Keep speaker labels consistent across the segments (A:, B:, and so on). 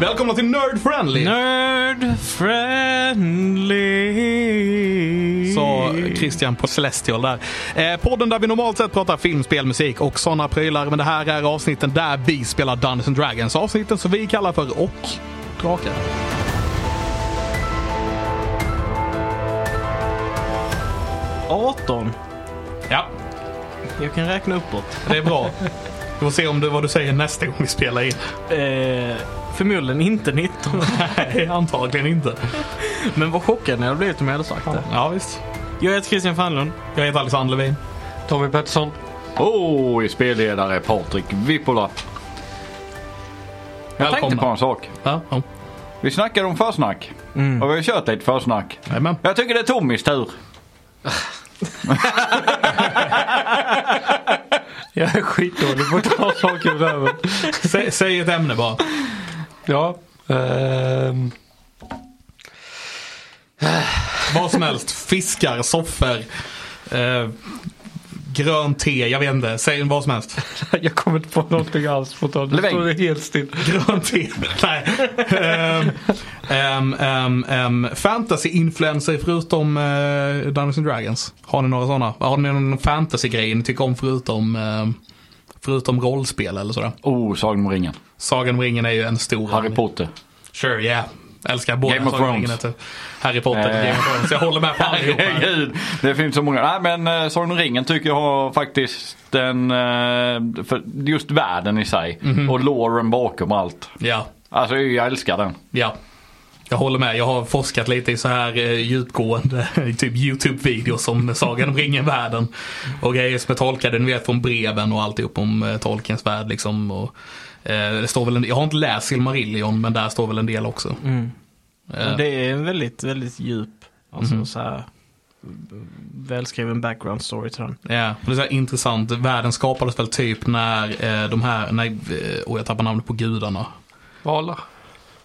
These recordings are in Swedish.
A: Välkomna till Nerd Friendly!
B: Nerd friendly.
A: Sa Christian på Celestial där. Eh, podden där vi normalt sett pratar film, spel, musik och sådana prylar. Men det här är avsnitten där vi spelar Dungeons and Dragons. Avsnitten som vi kallar för Och Drakar. Ja,
B: Jag kan räkna uppåt.
A: det är bra. Vi får se om det vad du säger nästa gång vi spelar in.
B: Eh, förmodligen inte 19.
A: Nej, antagligen inte.
B: Men vad chockad jag hade blivit om jag hade sagt det.
A: Ja, visst.
B: Jag heter Christian Fanlund.
A: Jag heter Alexander Levin.
C: Tommy Pettersson.
D: Oj, spelledare Patrik Vippola. Jag
A: Välkomna.
D: tänkte på en sak.
A: Ja, ja.
D: Vi snackade om försnack. Och vi har kört lite försnack.
A: Jajamän.
D: Jag tycker det är Tommys tur.
C: Jag är skitdålig på att ta saker ur röven.
A: Sä, säg ett ämne bara.
C: Ja. ehm,
A: Vad som helst. Fiskar, soffor, eh, grönt te, jag vet inte. Säg vad som helst.
C: jag kommer inte på någonting alls på tal. Nu
D: Levin.
C: står det helt still.
A: Grönt te. Nej. Ehm, ehm, ehm, ehm, Fantasy-influencer förutom uh, Dungeons and Dragons. Har ni några sådana? Har ni någon fantasy-grej ni tycker om förutom ehm, Förutom rollspel eller sådär.
D: Oh, Sagan om ringen.
A: Sagan om ringen är ju en stor.
D: Harry Potter.
A: Sure, yeah. Älskar båda
D: Game of
A: Sagan om ringen.
D: Thrones.
A: heter Harry Potter och
D: Eh.
A: Game of Thrones. Jag håller med på allihopa. här.
D: Herregud, det finns så många. Nej men eh, Sagan om ringen tycker jag har faktiskt den, eh, för just världen i sig. Och loren bakom allt.
A: Ja.
D: Alltså jag älskar den.
A: Ja. Jag håller med. Jag har forskat lite i så här eh, djupgående typ YouTube-videos om Sagan om ringen-världen. Och grejer som är tolkade, ni vet från breven och alltihop om eh, Tolkiens värld liksom. Och, eh, det står väl en, jag har inte läst Silmarillion men där står väl en del också.
B: Mm.
A: Eh,
D: Mm.
B: Det är en väldigt, väldigt djup, alltså så här v- välskriven background story till den.
A: Ja, och det är så här intressant. Världen skapades väl typ när eh, de här, nej, eh, åh jag tappar namnet på gudarna.
C: Valar.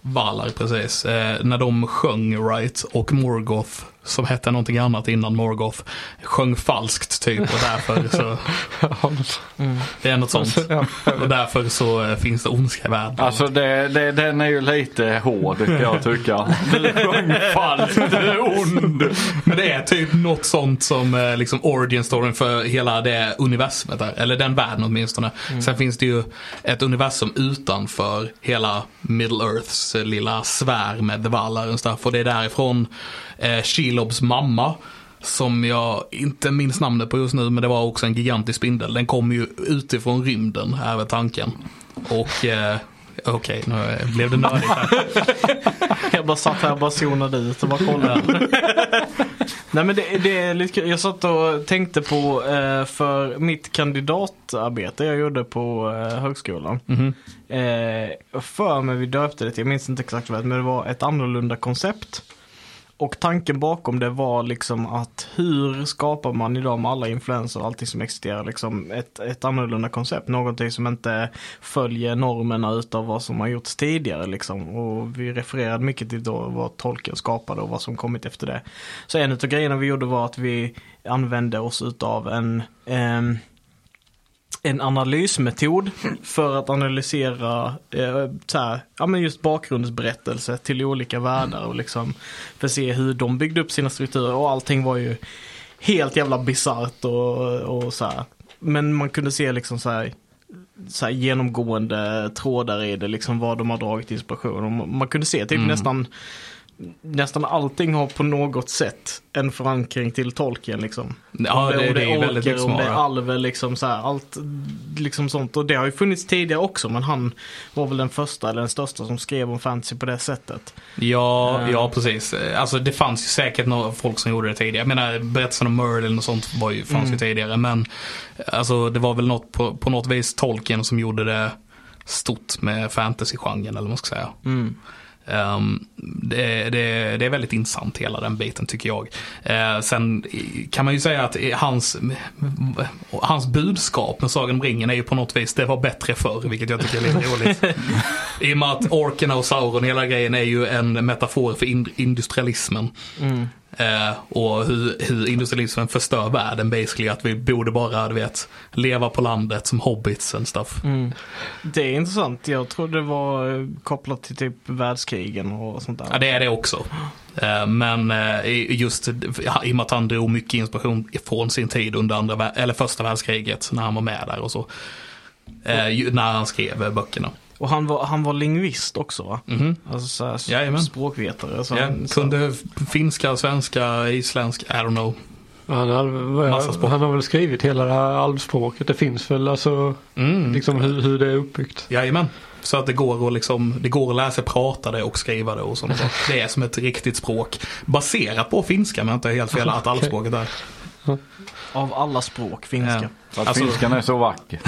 A: Valar precis. Eh, när de sjöng right och Morgoth som hette någonting annat innan Morgoth sjöng falskt typ och därför så det är något sånt. Och därför så eh, finns det ondska i världen.
D: Alltså det, det, den är ju lite hård kan jag tycka. Du sjöng falskt, du är ond.
A: Men det är typ något sånt som eh, liksom origin storyn för hela det universumet där. Eller den världen åtminstone.
B: Mm.
A: Sen finns det ju ett universum utanför hela Middle Earths eh, lilla sfär med The Valar och stuff. Och det är därifrån eh, Shelobs mamma som jag inte minns namnet på just nu men det var också en gigantisk spindel. Den kom ju utifrån rymden, är väl tanken. Och eh, okej, nu blev det nördigt här.
B: Jag bara satt här och bara zonade ut och bara kollade. Nej men det, det är lite kul. Jag satt och tänkte på eh, för mitt kandidatarbete jag gjorde på eh, högskolan. Eh, för mig vi döpte det till, jag minns inte exakt vad men det var ett annorlunda koncept. Och tanken bakom det var liksom att hur skapar man idag med alla influenser och allting som existerar liksom ett, ett annorlunda koncept. Någonting som inte följer normerna utav vad som har gjorts tidigare liksom. Och vi refererade mycket till då vad Tolkien skapade och vad som kommit efter det. Så en utav grejerna vi gjorde var att vi använde oss utav en ehm, en analysmetod för att analysera eh, så här, ja, men just bakgrundsberättelse till olika världar och liksom för att se hur de byggde upp sina strukturer och allting var ju helt jävla bisarrt och, och så här. Men man kunde se liksom så här, så här genomgående trådar i det, liksom var de har dragit inspiration. Och man kunde se typ nästan Nästan allting har på något sätt en förankring till tolken liksom.
A: Ja,
B: Om
A: det-
B: om
A: det är väldigt
B: orker, Om det är
A: smart.
B: alver liksom så här, allt liksom sånt. Och det har ju funnits tidigare också men han var väl den första eller den största som skrev om fantasy på det sättet.
A: Ja,
B: Eh.
A: ja precis. Alltså det fanns ju säkert några folk som gjorde det tidigare. Jag menar berättelsen om Merlin och sånt var ju, fanns ju tidigare. Men alltså det var väl något på, på något vis Tolkien som gjorde det stort med fantasygenren eller vad man ska säga. Ehm, det, det, det är väldigt intressant hela den biten tycker jag. Eh, sen kan man ju säga att eh, hans, hans budskap med Sagan om ringen är ju på något vis, det var bättre förr, vilket jag tycker är lite roligt. I och med att orkerna och sauron, hela grejen är ju en metafor för in- industrialismen. Eh, och hur, hur industrialismen förstör världen basically. Att vi borde bara, du vet, leva på landet som hobbits and stuff.
B: Det är intressant. Jag trodde det var eh, kopplat till typ världskrigen och sånt där.
A: Ja, det är det också. Eh, Men eh, i- just ja, i och med att han drog mycket inspiration från sin tid under andra, vär- eller första världskriget när han var med där och så. Eh, ju- När han skrev eh, böckerna.
B: Och han var, han var lingvist också va?
A: Mhm.
B: Alltså så här, s-
A: Jajamän.
B: språkvetare. Så
A: Ja,
B: han, så-
A: kunde f- finska, svenska, isländska, I don't know.
C: Han,
A: Massa
C: har,
A: språk.
C: han har väl skrivit hela det här alvspråket. Det finns väl alltså
A: Mm.
C: liksom hur, hur det är uppbyggt.
A: Jajamän. Så att det går att, liksom, det går att lära sig prata det och skriva det och sånt. Det är som ett riktigt språk. Baserat på finska men jag inte helt fel att allspråket är.
B: Av alla språk, finska.
A: Ja.
D: För att
A: Alltså-
D: finskan är så vacker.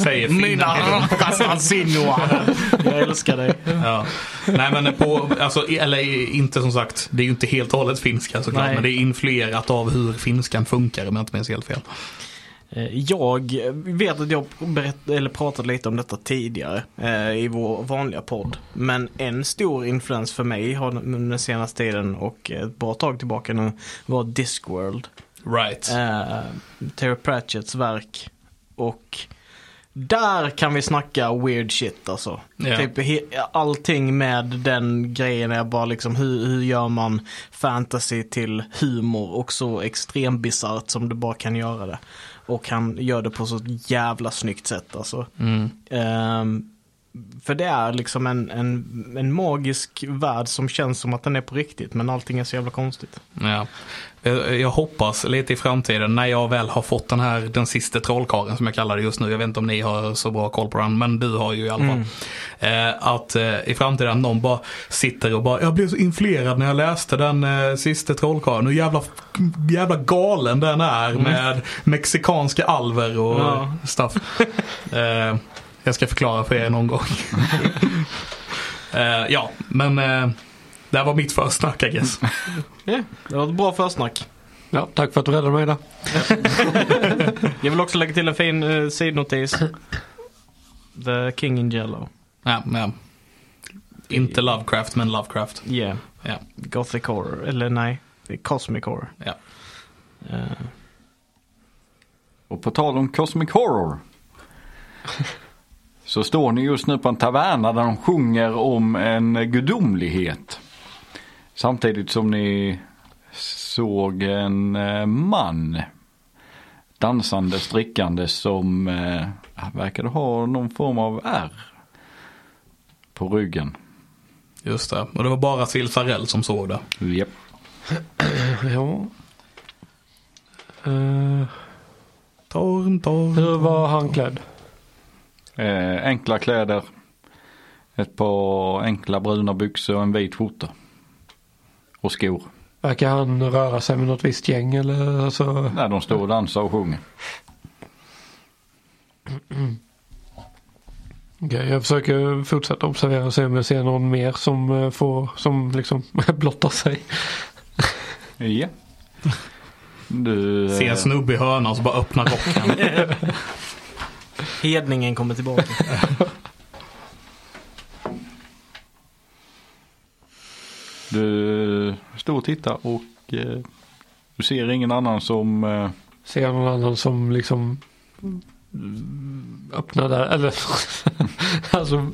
A: Säger finnar. Alltså,
B: Jag älskar dig.
A: Ja. Nej men på, alltså, i- eller i- inte som sagt, det är ju inte helt och hållet finska såklart.
B: Nej.
A: Men det är influerat av hur finskan funkar om jag inte minns helt fel.
B: Eh, Jag vet att jag berätt, eller pratade lite om detta tidigare eh, i vår vanliga podd. Men en stor influens för mig har den den senaste tiden och ett bra tag tillbaka nu var Discworld.
A: Right.
B: Eh, Terry Pratchetts verk. Och där kan vi snacka weird shit alltså.
A: Ja.
B: Typ he- allting med den grejen är bara liksom hur, hur gör man fantasy till humor och så extremt bisarrt som du bara kan göra det. Och han gör det på så jävla snyggt sätt alltså.
A: Mm.
B: Ehm, för det är liksom en, en, en magisk värld som känns som att den är på riktigt men allting är så jävla konstigt.
A: Ja. Eh, Jag, jag hoppas lite i framtiden när jag väl har fått den här den sista trollkaren som jag kallar det just nu. Jag vet inte om ni har så bra koll på den men du har ju i alla fall. Eh, att eh, i framtiden att någon bara sitter och bara jag blev så influerad när jag läste den eh, sista trollkaren. Hur jävla, jävla galen den är med mexikanska alver och
B: Ja.
A: stuff. eh, jag ska förklara för er någon gång. eh, ja men eh, det här var mitt försnack I guess.
B: Ja, Det var ett bra försnack.
C: Ja, tack för att du räddade mig där.
B: Jag vill också lägga till en fin eh, sidnotis. The King in Yellow.
A: Ja, men. Inte Lovecraft, men Lovecraft.
B: Yeah.
A: Ja.
B: Gothic horror, eller nej, det är Cosmic horror.
A: Ja.
B: Eh,
D: Och på tal om Cosmic Horror. Så står ni just nu på en taverna där de sjunger om en gudomlighet. Samtidigt som ni såg en eh, man dansande, strickande som eh, verkade ha någon form av ärr på ryggen.
A: Just det. Och det var bara Sil Farell som såg det.
D: Japp.
C: Ja. Eh,
A: Torm, torm.
C: hur var han klädd?
D: Eh, enkla kläder, ett par enkla bruna byxor och en vit skjorta. Och skor.
C: Verkar han röra sig med något visst gäng eller alltså?
D: När de står och dansar och sjunger.
C: Okej, jag försöker fortsätta observera och se om jag ser någon mer som eh, får, som liksom blottar sig.
D: Ja. Du,
A: Ser
D: eh,
A: en snubbe i hörnan och så bara öppnar rocken.
B: hedningen kommer tillbaka.
D: du står och tittar och eh, du ser ingen annan som eh,
C: Ser jag någon annan som liksom öppnar där eller alltså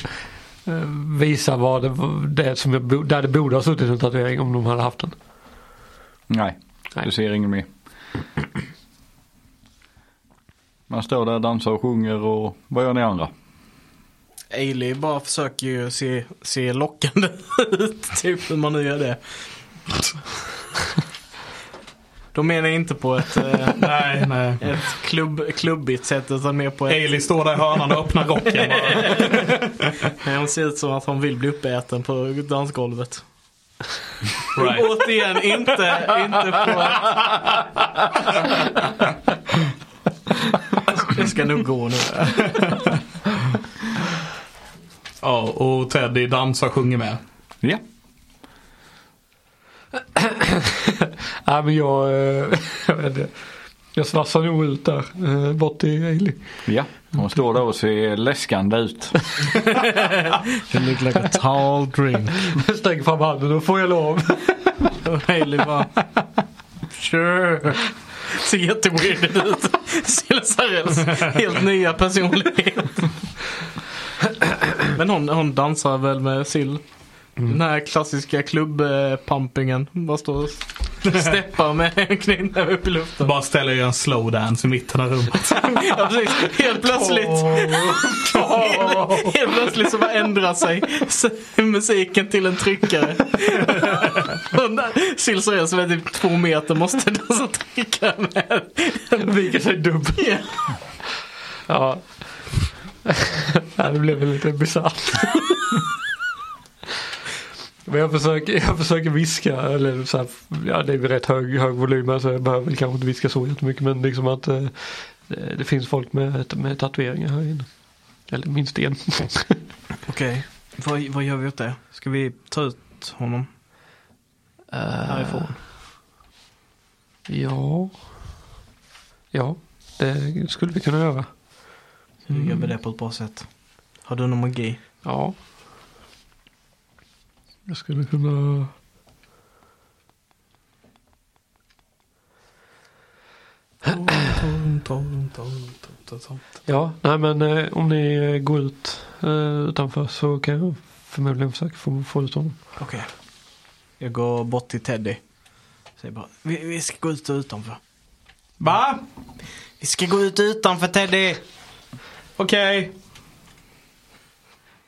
C: eh, visar vad det, det som jag, bo- där det borde ha suttit en tatuering om de hade haft den.
D: nej,
C: Nej.
D: du ser ingen mer. Man står där, dansar och sjunger och vad gör ni andra?
B: Ailey bara försöker ju se, se lockande ut, typ hur man nu gör det. De menar jag inte på ett, eh,
A: nej, nej.
B: ett klubb, klubbigt sätt utan mer på ett,
A: Ailey står där i hörnan och öppnar rocken bara.
B: hon ser ut som att hon vill bli uppäten på dansgolvet.
A: Right.
B: Återigen, inte, inte på... Jag ska nog gå nu.
A: Ja, och Teddy dansar och sjunger med.
D: Ja.
C: Nej men jag, eh, jag vet inte. Jag svassar nog ut där eh, bort till Ailey.
D: Ja, hon står där och ser läskande ut.
B: You look like a tall drink.
C: Sträcker fram handen, då får jag lov.
B: Och Hailey bara... Sure. Ser jätteweird ut. Cilla Sarrells helt nya personlighet. Men hon, hon dansar väl med Sill. Den här klassiska klubbpumpingen. Bara står och steppar med en knytnäve upp i luften.
A: Bara ställer jag en slowdance i mitten av rummet.
B: Ja, precis. Helt plötsligt. helt, helt plötsligt så bara ändrar sig s- musiken till en tryckare. Sill Sorell som är typ två meter måste dansa tryckare med.
C: Viker sig dubb.
B: Ja.
C: Ja. Ja, det blev väl lite bisarrt. Men jag försöker, jag försöker viska, eller så här, ja det är väl rätt hög, hög volym här, så jag behöver väl kanske inte viska så jättemycket men liksom att eh, det det finns folk med, med tatueringar här inne. Eller minst en.
B: Okej, vad, vad gör vi åt det? Ska vi ta ut honom Eh, härifrån?
C: Ja. Ja, det skulle vi kunna göra.
B: Hur gör vi det på ett bra sätt? Har du någon magi?
C: Ja. Jag skulle kunna... Ja, nej men eh, om ni eh, går ut eh, utanför så kan jag förmodligen försöka få, få ut honom.
B: Okej. Jag går bort till Teddy. Säger bara, vi, vi ska gå ut utanför.
A: Va?
B: Vi ska gå ut utanför Teddy!
A: Okej.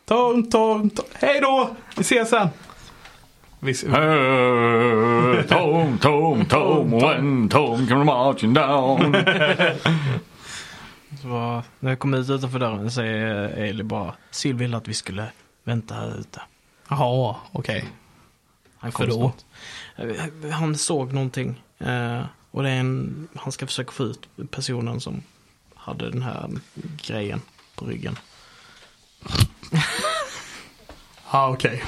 A: Tom, Tom, Tom. Hej då! Vi ses sen. Visst.
D: Eh, Tom, Tom, Tom, when Tom come marching down.
B: Så bara, när jag kom ut utanför dörren säger Eli bara, Syl ville att vi skulle vänta här ute.
A: Jaha, okej.
B: Han
A: För då?
B: snart. Eh, Han såg någonting. eh, Och det är en, han ska försöka få ut personen som hade den här grejen på ryggen.
A: Ja, okej.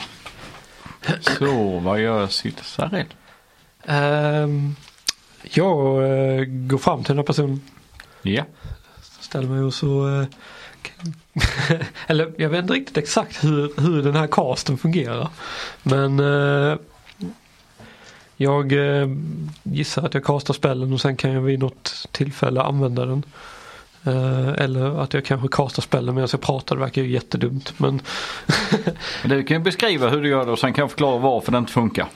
D: Så vad gör Sitt Sarell?
C: Ehm, jag eh, går fram till den här personen,
D: Ja.
C: ställer mig och så... eh, eller jag vet inte riktigt exakt hur, hur den här casten fungerar. Men eh, jag eh, gissar att jag castar spellen och sen kan jag vid något tillfälle använda den. Eh, eller att jag kanske castar spellen medan jag pratar, det verkar ju jättedumt. Men
D: Du kan ju beskriva hur du gör det och sen kan jag förklara varför det inte funkar.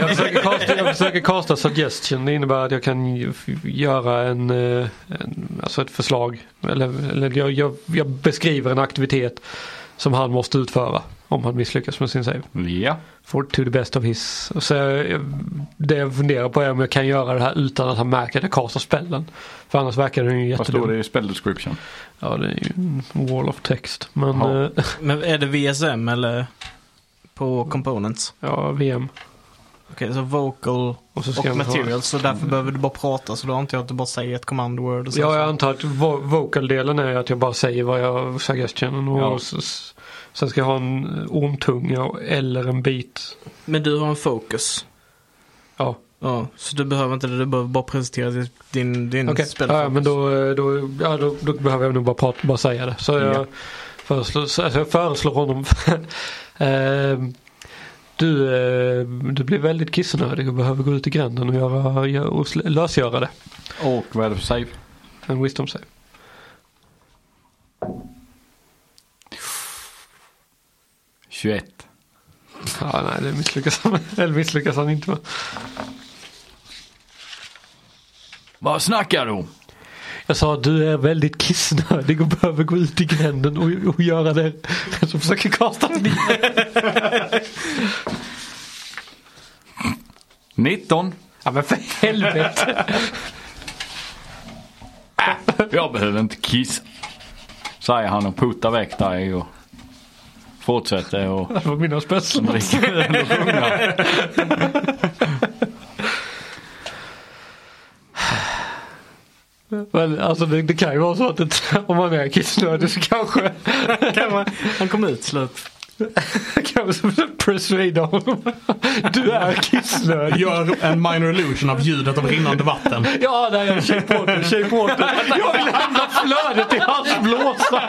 C: Jag försöker, kasta, jag försöker kasta suggestion. Det innebär att jag kan ju f- göra en, eh, en alltså ett förslag. Eller, eller jag, jag, jag beskriver en aktivitet som han måste utföra. Om han misslyckas med sin save.
D: Ja.
C: For to the best of his. Så jag, det jag funderar på är om jag kan göra det här utan att han märker att jag kastar spellen. För annars verkar den ju
D: Vad står
C: jättedum.
D: det i spell description?
C: Ja det är ju en wall of text. Men
D: Ja.
C: eh,
B: Men är det VSM eller på components?
C: ja, VM.
B: Okej, så vocal
C: Och så ska
B: och
C: jag ha-
B: material. Så därför behöver du bara prata. Så då antar jag att du bara säger ett command word. Och sen
C: Ja,
B: så-
C: jag antar att vo- vocal-delen är att jag bara säger vad jag suggestionen och
D: Ja.
C: s- s- sen ska jag ha en eh, ormtunga och- eller en bit.
B: Men du har en focus.
C: Ja,
B: Ja, så du behöver inte det. Du behöver bara presentera din, din, din
C: okej.
B: spelfocus.
C: Ja, men då, eh, då, ja, då, då behöver jag nog bara, prata, bara säga det. Så jag,
D: Ja.
C: föreslår, så alltså jag föreslår honom. eh, du, eh, du blir väldigt kissnödig och behöver gå ut i gränden och, göra, gö- och sl- lösgöra det.
D: Och vad är det för save?
C: En wisdom save.
D: Tjugoett.
C: Ja, nej, det misslyckas han, eller misslyckas han inte med.
D: Vad snackar du om?
C: Jag sa att du är väldigt kissnödig och behöver gå ut i gränden och, och göra det. Så försöker kasta till
D: 19.
C: Ja men för helvete.
D: Jag behöver inte kissa. Säger han och puttar väck dig och fortsätter och
C: Det var mina spetslar.
D: dricker öl och sjunger.
C: Men alltså det, det kan ju vara så att det, om man är kissnödig så kanske
B: Kan man- Han kom ut slut.
C: kanske så försöker jag persuada honom. Du är kissnödig.
A: Gör en minor illusion av ljudet av rinnande vatten.
C: Ja, nej, jag shapewater, shapewater. Jag vill lämna flödet i hans blåsa.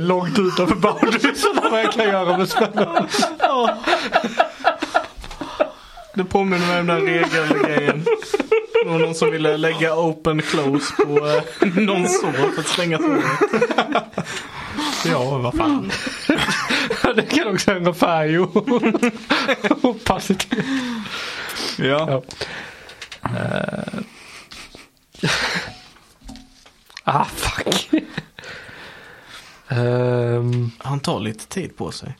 C: långt utanför boundariesen än vad jag kan göra med spelare.
B: Det påminner mig om den regelgrejen. Det var någon som ville lägga open close på eh, någon sår för att slänga såret.
A: Ja, vad fan.
C: Det kan också ändra färg och, och passet.
D: Ja.
C: Ja. Eh. ah fuck. Ehm,
B: Han tar lite tid på sig.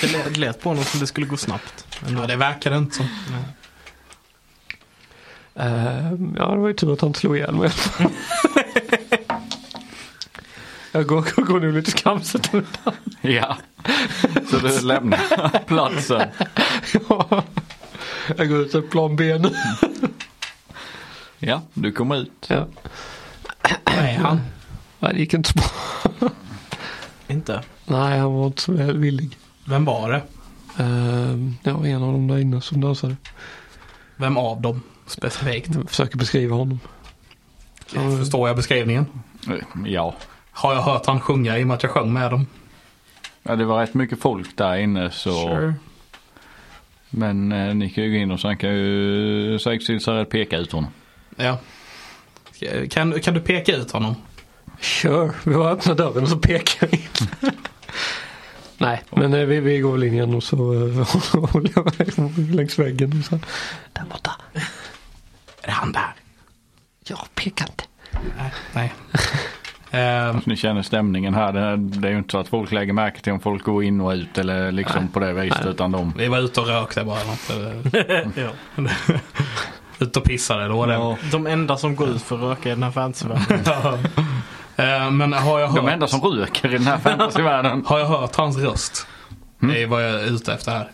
B: Det lät, det lät på honom som det skulle gå snabbt.
A: Ja, det verkar inte som.
C: ehm, ja det var ju tur att han inte slog ihjäl mig. Jag går, går, går nu lite skamset undan.
D: ja. Så du lämnar platsen.
C: Ja. Jag går ut till plan B nu.
D: Ja, du kommer ut.
C: Ja.
A: Nej, han.
C: Nej, det gick inte så bra.
B: Inte?
C: Nej, han var inte så välvillig.
A: Vem var det?
C: Uh, ja, en av dem där inne som dansade.
A: Vem av dem specifikt?
C: Jag försöker beskriva honom. Ja.
A: Förstår jag beskrivningen?
D: Ja.
A: Har jag hört han sjunga i och med att jag sjöng med dem?
D: ja, det var rätt mycket folk där inne så. Men eh, ni kan ju gå in och sen kan ju säkerhetssynsaren peka ut honom.
A: Ja. Ska- Kan, kan du peka ut honom?
C: Sure, vi har öppnat dörren och så pekar vi. Nej, men eh, vi, vi går väl in igen och så eh, håller jag mig längs väggen. Och så. Där borta.
A: Är det han där?
C: Jag pekar inte.
A: Nej. Nej. Ehm,
D: Ni känner stämningen här. Det, det är ju inte så att folk lägger märke till om folk går in och ut eller liksom på det viset utan de.
A: vi var ute och rökte bara. Något. Ute och pissade då. Det.
B: De enda som går ut för att röka i den här fantasyvärlden.
A: Eh, Men har jag,
D: De
A: hört,
D: enda som röker i den här fantasyvärlden.
A: har jag hört hans röst? Det är vad jag är ute efter här.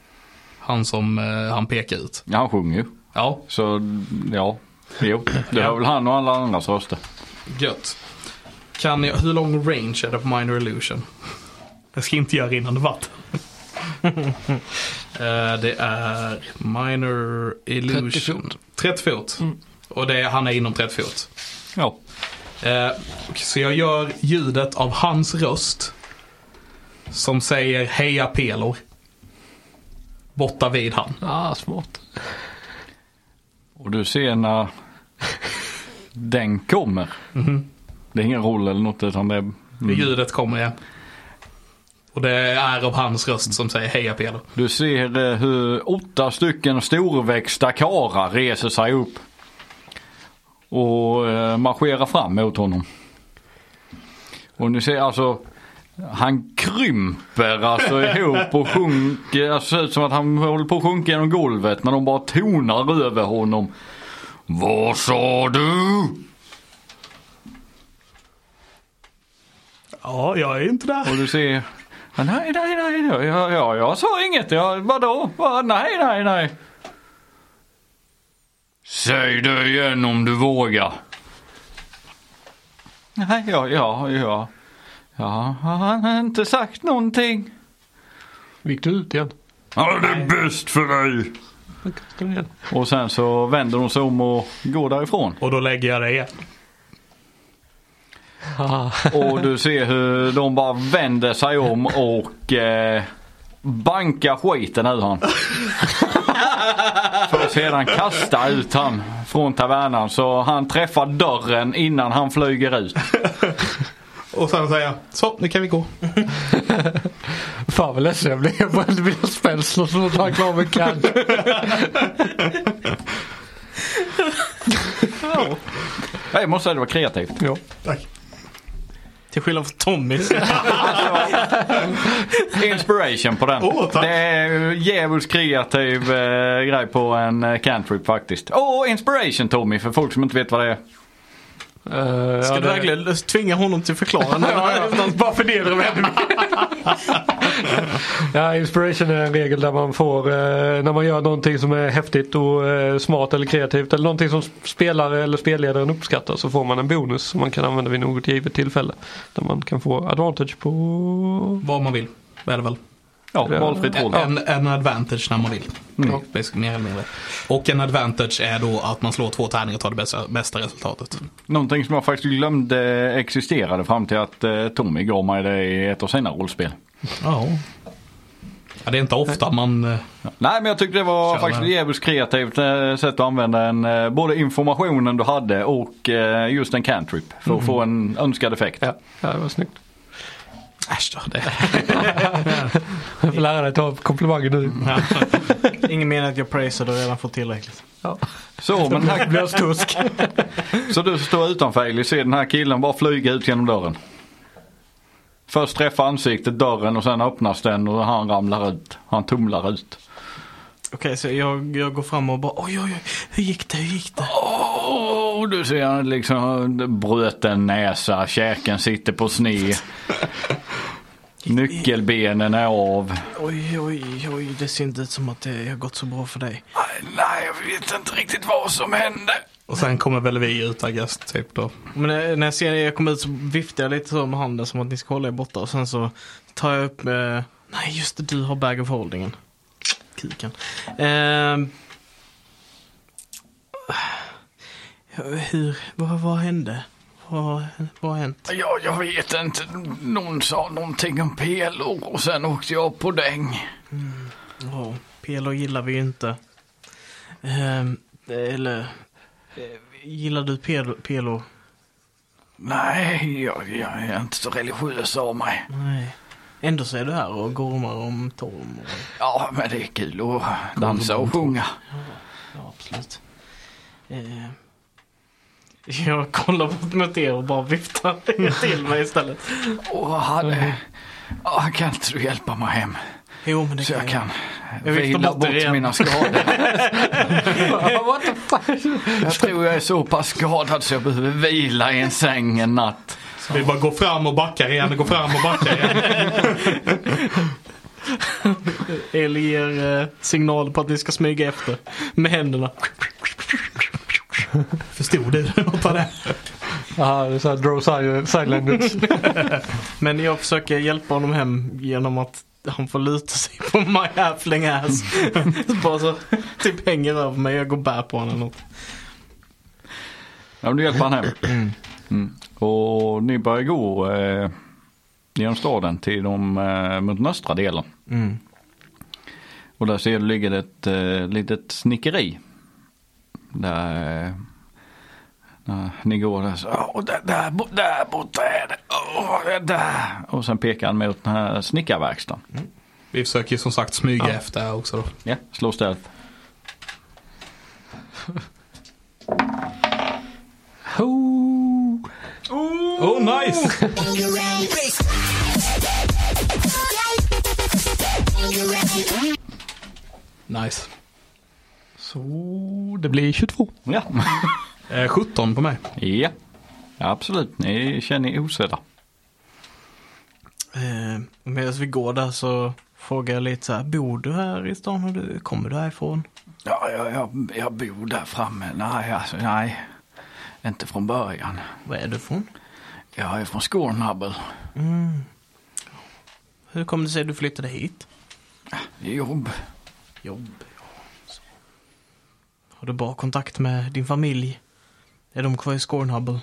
A: Han som eh, han pekar ut.
D: Ja, han sjunger ju.
A: Ja,
D: Så ja, jo. Det har väl han och alla andras röster.
A: Gött. Kan jag, hur lång range är det på Minor Illusion? Jag ska inte göra rinnande vatten. Eh, det är Minor Illusion.
C: 30 fot.
A: 30 fot. Och det är, han är inom 30 fot.
D: Ja.
A: Eh, och så jag gör ljudet av hans röst. Som säger heja pelor. Borta vid han.
C: Ah, smart.
D: Och du ser när den kommer. Det är ingen roll eller något utan det är...
A: Det Ljudet kommer igen. Och det är av hans röst som säger heja pelor.
D: Du ser eh, hur åtta stycken storväxta karlar reser sig upp. Och eh, marscherar fram mot honom. Och ni ser alltså han krymper alltså ihop och sjunker. Alltså, ser ut som att han håller på att sjunka genom golvet när de bara tonar över honom. Vad sa du?
A: Ja, jag är inte där.
D: Och du ser. "Ah, Nej, nej, nej, nej, ja, ja, jag sa inget. Jag, vadå? Va, nej, nej, nej. Säg det igen om du vågar. Nej, ja, ja, ja. Ja, han har inte sagt någonting.
C: Gick du ut igen?
D: Ja, det är bäst för dig.
C: Jag kastar den igen.
D: Och sen så vänder hon sig om och går därifrån.
A: Och då lägger jag det igen.
C: Ah,
D: Och du ser hur de bara vänder sig om och eh, bankar skiten ur han. För att sedan kasta ut han från tavernan. Så han träffar dörren innan han flyger ut.
A: Och sen säger jag, så nu kan vi gå.
C: fan vad ledsen jag blev. Jag började vilja spelslå så att han klar med kan.
D: Jag måste säga det var kreativt.
C: Ja.
A: Tack.
B: Till skillnad från Tommy.
D: Inspiration på den.
A: Åh, tack.
D: det är ju djävulskt kreativ eh, grej på en eh, cantrip faktiskt. Åh, inspiration Tommy för folk som inte vet vad det är.
C: Uh,
B: Ska
C: ja,
B: du
C: det,
B: verkligen tvinga honom till förklarande?
A: Bara förnedra mig ännu mer.
C: ja, inspiration är en regel där man får, eh, när man gör någonting som är häftigt och eh, smart eller kreativt eller någonting som sp- spelare eller spelledaren uppskattar så får man en bonus som man kan använda vid något givet tillfälle. Där man kan få advantage på
A: Vad man vill, är det väl.
D: Ja,
C: Ja.
D: valfritt roll.
A: En, en advantage när man vill.
D: Mm.
A: Ja, basically, mer eller mindre. Och en advantage är då att man slår två tärningar och tar det bästa, bästa resultatet.
D: Någonting som jag faktiskt glömde existerade fram till att eh, Tommy gav mig det i ett av sina rollspel.
A: Ja. det är inte ofta man... eh,
D: Nej men jag tyckte det var
A: Tjena.
D: faktiskt ett jävligt kreativt eh, sätt att använda en, eh, både informationen du hade och eh, just en cantrip för att få en önskad effekt.
C: Ja, ja det var snyggt.
A: Äsch då, det.
C: Jag får lära dig ta komplimanger nu.
B: Ingen mening att jag praisar, du har redan fått tillräckligt.
D: Så, men här,
C: Blir jag stusk.
D: så du som står utanför Eli ser den här killen bara flyga ut genom dörren. Först träffar ansiktet dörren och sen öppnas den och han ramlar ut. Han tumlar ut.
B: Okej, så jag, jag går fram och bara oj, oj, oj, hur gick det, hur gick det?
D: Åh, du ser han liksom bruten näsa, käken sitter på sne. Nyckelbenen är av.
B: Oj, oj, oj, det ser inte ut som att det har gått så bra för dig.
D: Nej, jag vet inte riktigt vad som hände.
A: Och sen kommer väl vi ut, I guess, typ då.
B: Men eh, när när jag ser er komma ut så viftar jag lite så med handen som att ni ska hålla er borta och sen så tar jag upp, eh, nej just det, du har bag of holdingen. Kuken. Ehm. hur, vad, vad hände? Vad, vad har hänt?
D: Ja, jag vet inte. Någon sa någonting om pelor och sen åkte jag på däng.
B: Ja, pelor gillar vi ju inte. Ehm, eller, eh, gillar du pel- pelor?
D: Nej, jag, jag är inte så religiös av mig.
B: Nej. Ändå så är du här och gormar om Torm. Och...
D: Ja, men det är kul att dansa och sjunga.
B: Ja, absolut. Eh, jag kollar bort mot er och bara viftar er till mig istället.
D: Och hade... Ja, kan inte du hjälpa mig hem?
B: Jo, men det
D: Så jag kan
B: Jag viftar
D: vila
B: bort
D: bort
B: det igen.
D: mina skador.
C: What the fuck?
D: Jag tror jag är så pass skadad så jag behöver vila i en säng en natt.
A: Så vi bara går fram och backar igen, går fram och backar igen.
B: Eller ger eh, signal på att vi ska smyga efter med händerna.
A: Förstod du något av det?
C: Ja, det är såhär draw side- side language.
B: Men jag försöker hjälpa honom hem genom att han får luta sig på my halfling ass. Så bara så typ hänger över mig. Jag går och bär på honom eller något.
D: Ja, men du hjälper han hem. Mm. Och ni börjar gå eh, genom staden till de eh, mot den östra delen. Och där ser du ligger det ett eh, litet snickeri. Där, eh, när ni går där så, "Åh, där, där, bo- där borta är det, Åh, det där. Och sen pekar han mot den här snickarverkstaden.
A: Vi försöker ju som sagt smyga efter också då.
D: Ja, slå stealth.
C: Ho.
A: Oh nice! Nice.
C: Så det blir 22.
D: Ja,
A: Eh, 17 på mig.
D: ja. absolut. Ni känner er osedda.
B: Eh, Medan vi går där så frågar jag lite så här. Bor du här i stan? Och du, kommer du härifrån?
D: Ja, jag, jag, jag bor där framme. Nej, alltså, nej. Inte från början.
B: Var är du från?
D: Jag är från Skornabel.
B: Hur kom det sig du flyttade hit?
D: Jobb.
B: Jobb, ja. så. Har du bra kontakt med din familj? Är de kvar i Scornhubble?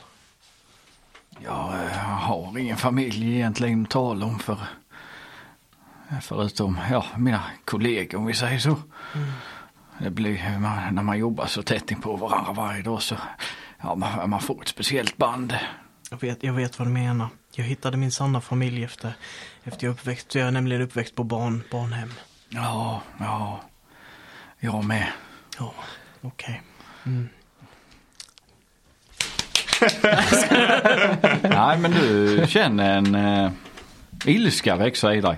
D: Jag eh, har ingen familj egentligen att tala om för förutom ja, mina kollegor om vi säger så. Det blir, eh, man, när man jobbar så tätt in på varandra varje dag så ja, man, man får ett speciellt band.
B: Jag vet, jag vet vad du menar. Jag hittade min sanna familj efter, efter jag uppväxt. Jag är nämligen uppväxt på barn, barnhem.
D: Ja, ja. Jag med.
B: Ja, okej.
D: Nej men du känner en eh, ilska växa i dig.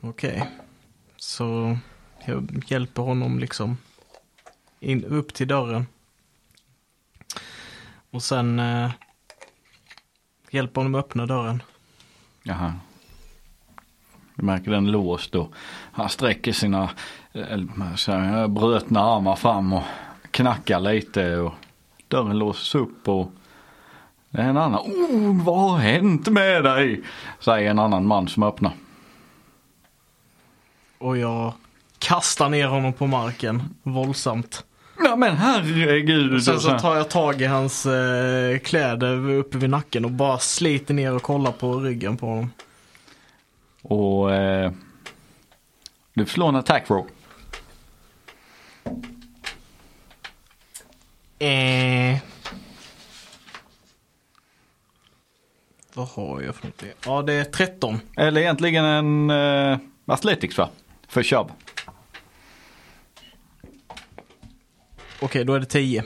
B: Okej. Så jag hjälper honom liksom in, upp till dörren. Och sen eh, hjälper honom att öppna dörren.
D: Jaha. Du märker den låst och han sträcker sina eh, eller, så här, brötna armar fram och knackar lite och dörren låses upp och det är en annan. Oh, vad har hänt med dig? Säger en annan man som öppnar.
B: och jag kastar ner honom på marken våldsamt.
D: Ja men herregud.
B: Och sen
D: och
B: så tar jag tag i hans eh, kläder uppe vid nacken och bara sliter ner och kollar på ryggen på honom.
D: Och eh, du slår en attack roll.
B: Eh. Vad har jag för det? Ja det är 13.
D: Eller egentligen en eh, athletics va? För Chubb.
B: Okej då är det 10.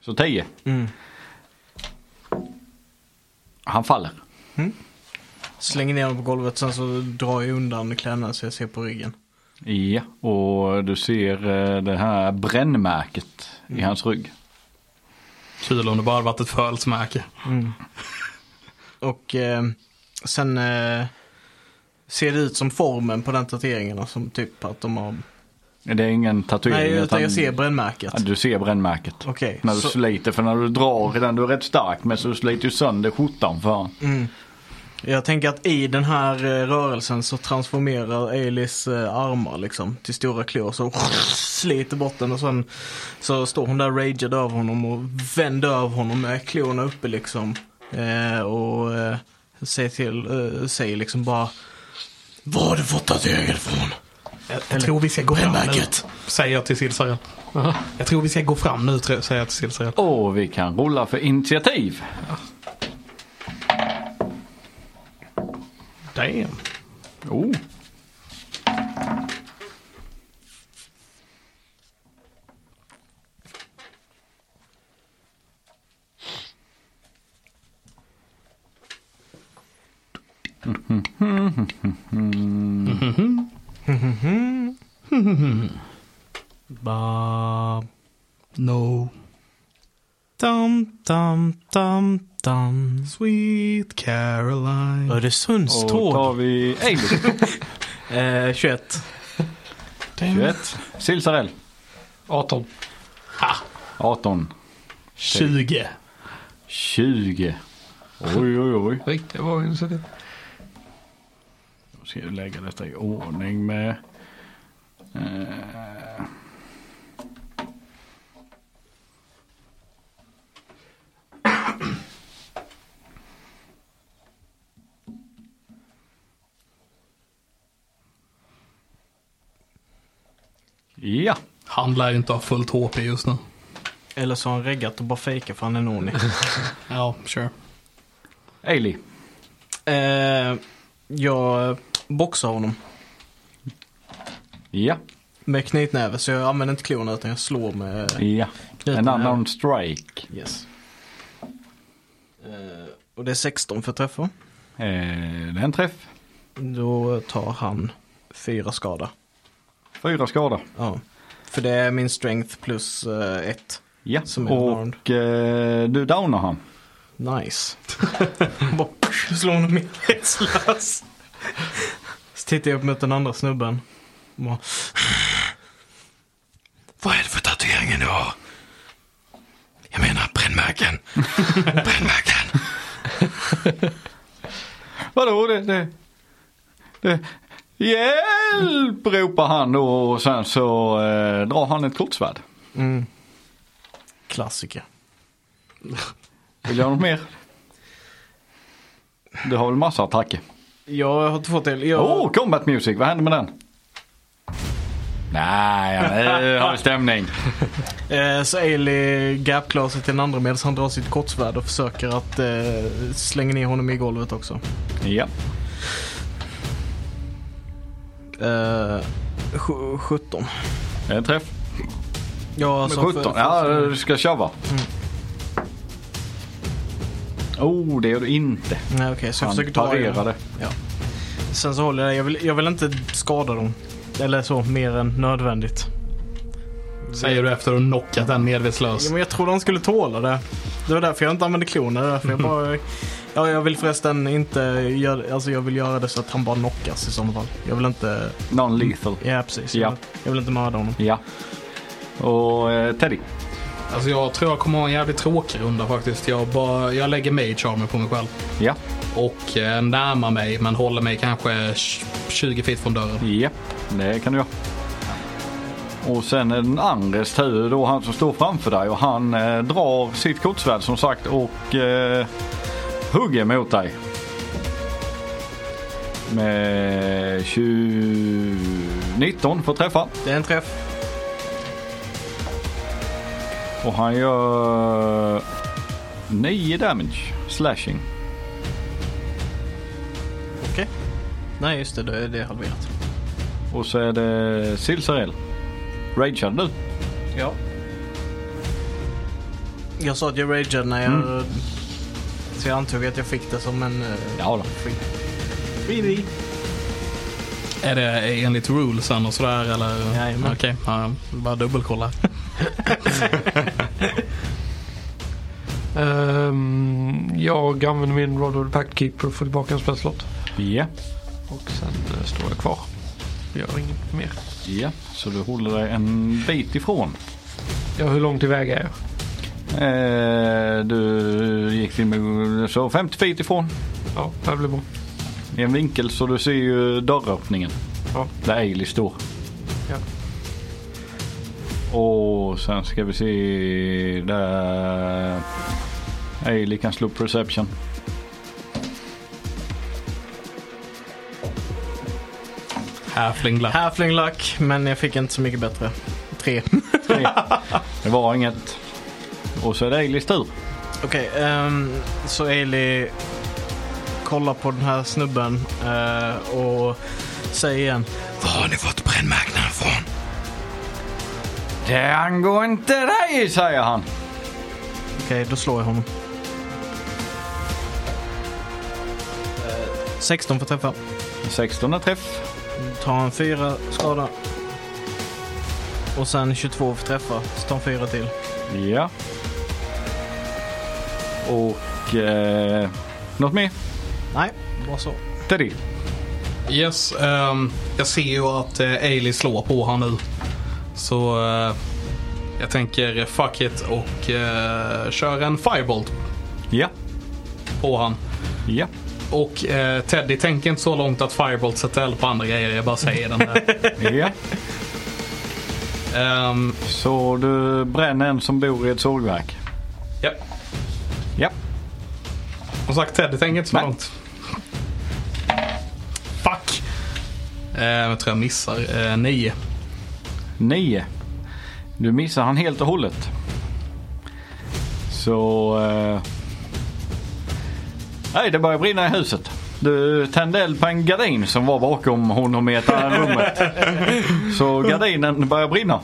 D: Så 10.
B: Mm.
D: Han faller.
B: Slänger ner honom på golvet sen så drar jag undan kläderna så jag ser på ryggen.
D: Ja, och du ser eh, det här brännmärket i
B: Mm.
D: hans rygg.
A: Kul om det bara hade varit ett födelsemärke.
B: Och eh, sen eh, ser det ut som formen på den tatueringen som typ att de har...
D: Det är ingen tatuering.
B: Nej utan jag ser brännmärket.
D: Ja, du ser brännmärket.
B: Okej.
D: När du
B: så-
D: sliter, för när du drar i den, du är rätt stark, men så sliter du sönder skjortan för han.
B: Mm. Jag tänker att i den här eh, rörelsen så transformerar Elis eh, armar liksom till stora klor. Så sliter bort den och sen så står hon där ragead över honom och vänder över honom med klorna uppe liksom. Eh, och eh, säger till, eh, säger liksom bara Var har du fått tatueringen ifrån? eh.
A: Jag tror vi ska gå fram nu.
B: Brännmärket.
A: Säger jag till Silsarell. Jag tror vi ska gå fram nu, tror jag, säger jag till Silsarell.
D: Och vi kan rulla för initiativ.
A: Damn.
D: Oh.
B: Ba,
A: No
B: dam, dam, dam, dam.
A: sweet Caroline.
D: Och
B: Öresundståg.
D: tar vi Eilif.
B: Eh, 21.
D: 21. Silsarell.
C: 18.
D: 18.
B: Typ.
A: 20.
D: 20. Oj, oj, oj.
C: Riktigt bra initiativ.
D: Då ska jag lägga detta i ordning med... Eh, Ja,
A: Han lär ju inte ha fullt HP just nu.
B: Eller så har han reggat och bara fejkar för han är noni.
A: Ja, sure.
D: Ailey.
B: eh, jag boxar honom
D: Ja,
B: med knytnäve så jag använder inte klorna utan jag slår med
D: ja. En
B: knytnäven.
D: annan strike.
B: Yes. Eh, och det är 16 för träffar.
D: Eh, det är en träff.
B: Då tar han fyra skada.
D: Fyra skada.
B: Ja. För det är min strength plus eh, ett.
D: Ja,
B: Som är unarmed.
D: och eh, du downar han.
B: Nice. Bara slår honom medvetslös. Så tittar jag upp mot den andra snubben. Bara,
E: Vad är det för tatueringen du har? Jag menar brännmärken. brännmärken.
D: Vadå det, det, det Hjälp! ropar han då och sen så eh, drar han ett kortsvärd.
B: mm. Klassiker.
D: Vill jag ha något mer? Du har väl massa attacker?
B: Jag har inte fått det. Jag...
D: Åh, oh, combat music, vad händer med den? Nej, ja, nu har vi stämning.
B: Eh, så Ailey gapklarar sig till den andra medan han drar sitt kortsvärd och försöker att eh, slänga ner honom i golvet också.
D: Ja,
B: Eh, sju- 17.
D: en träff.
B: Ja, alltså,
D: Med 17,
B: för- för-
D: ja du ska köra. Oh, det gör du inte.
B: Nej, okej, så jag
D: Han
B: försöker ta i
D: parerade.
B: den. Ja. Sen så håller jag, jag vill, jag vill inte skada dem. Eller så, mer än nödvändigt.
A: Säger du efter att ha knockat den
B: Ja,
A: medvetslös.
B: men jag trodde han skulle tåla det. Det var därför jag inte använde klorna. Det var därför jag bara... Ja, jag vill förresten inte göra... Alltså jag vill göra det så att han bara knockas i sådana fall. Jag vill inte...
D: Non-lethal.
B: Ja, precis.
D: Ja.
B: Jag, vill, jag vill inte mörda honom.
D: Ja. Och eh, Teddy.
A: Alltså jag tror jag kommer ha en jävligt tråkig runda faktiskt. Jag, bara, jag lägger mage armor på mig själv.
D: Ja.
A: Och eh, närmar mig men håller mig kanske tj- 20 feet från dörren.
D: Japp, det kan du göra. Och sen är den andres tur då, han som står framför dig och han eh, drar sitt kortsvärd som sagt och eh, hugger mot dig. Med 20... 19 för att träffa.
B: Det är en träff.
D: Och han gör 9 damage. Slashing.
B: Okej. Nej just det, det är, det är halverat.
D: Och så är det Silsarell. Ragear du?
B: Ja. Jag sa att jag rageade när jag...
D: Mm.
B: Så jag antog att jag fick det som en... eh,
D: Ja då.
B: Really?
A: Är det enligt rulesen och sådär eller?
B: Jajamän.
A: Okej, ja, bara dubbelkolla.
C: Ehm, jag använder min Rod of the Pact Keeper och får tillbaka en spelslott.
D: Ja.
C: Och sen eh, står jag kvar. Gör inget mer.
D: Ja. Så du håller dig en bit ifrån.
C: Ja, hur långt iväg är jag?
D: Eh, du gick till med så 50 feet ifrån.
C: Ja, det här blir bra.
D: I en vinkel så du ser ju dörröppningen.
C: Ja.
D: Där Ailey står.
C: Ja.
D: Och sen ska vi se där Ailey kan slå perception.
A: Halfling glapp.
B: Halfling luck, men jag fick inte så mycket bättre. Tre.
D: Tre. det var inget. Och så är det Aileys tur.
B: Okej, ehm, så Eli kollar på den här snubben eh, och säger igen.
E: Var har ni fått brännmärkena ifrån?
D: Det angår inte dig säger han.
B: Okej, då slår jag honom. Eh, 16 för träffa.
D: 16 träff.
B: Tar en fyra skada. Och sen 22 för träffa. Så tar han fyra till.
D: Ja. Och eh, något mer?
B: Nej, bara så.
D: Teddy.
A: Yes, ehm, jag ser ju att uh, Ailey slår på han nu. Så eh, jag tänker fuck it och eh, kör en firebolt
D: Ja.
A: på han.
D: Ja.
A: Och eh, Teddy tänker inte så långt att firebolt sätter eld på andra grejer, jag bara säger den där.
D: Ja.
A: Ehm,
D: Så du bränner en som bor i ett sågverk?
A: Ja,
D: Ja.
A: som sagt Teddy tänker inte så
D: Nej.
A: långt. Fuck! Uh, jag tror jag missar. eh, nio.
D: Nio. Du missar han helt och hållet. Så... Eh... Nej, det börjar brinna i huset. Du tände eld på en gardin som var bakom honom i ett annat rummet. Så gardinen börjar brinna.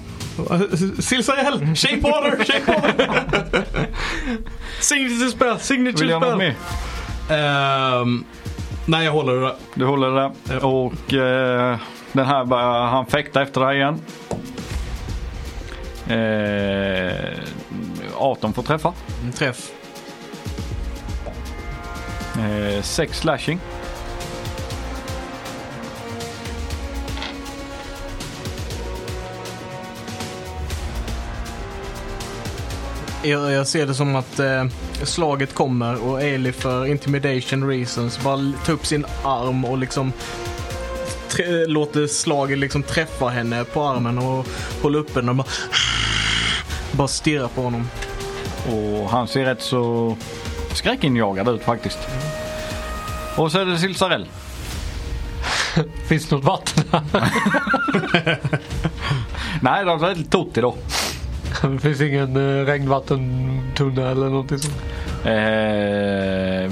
C: Mm.
A: Silsarell! Shape water! Shape water!
B: Signature spell!
D: Vill
B: Signature
D: jag något mer?
A: Ehm, nej, jag håller det där.
D: Du håller det där. Och eh, den här börjar han fäkta efter dig igen. Eh, 18 får träffa.
B: Mm, Träff.
D: Eh, sex slashing.
B: Jag, jag ser det som att eh, slaget kommer och Eli för intimidation reasons bara l- tar upp sin arm och liksom trä- låter slaget liksom träffa henne på armen och håller uppe den och bara, bara stirrar på honom.
D: Och han ser rätt så skräckinjagad ut faktiskt. Och så är det Silsarell.
C: Finns det något vatten?
D: Nej, det var väldigt tot idag.
C: Det finns ingen eh, regnvattentunna eller någonting sånt.
D: Eh,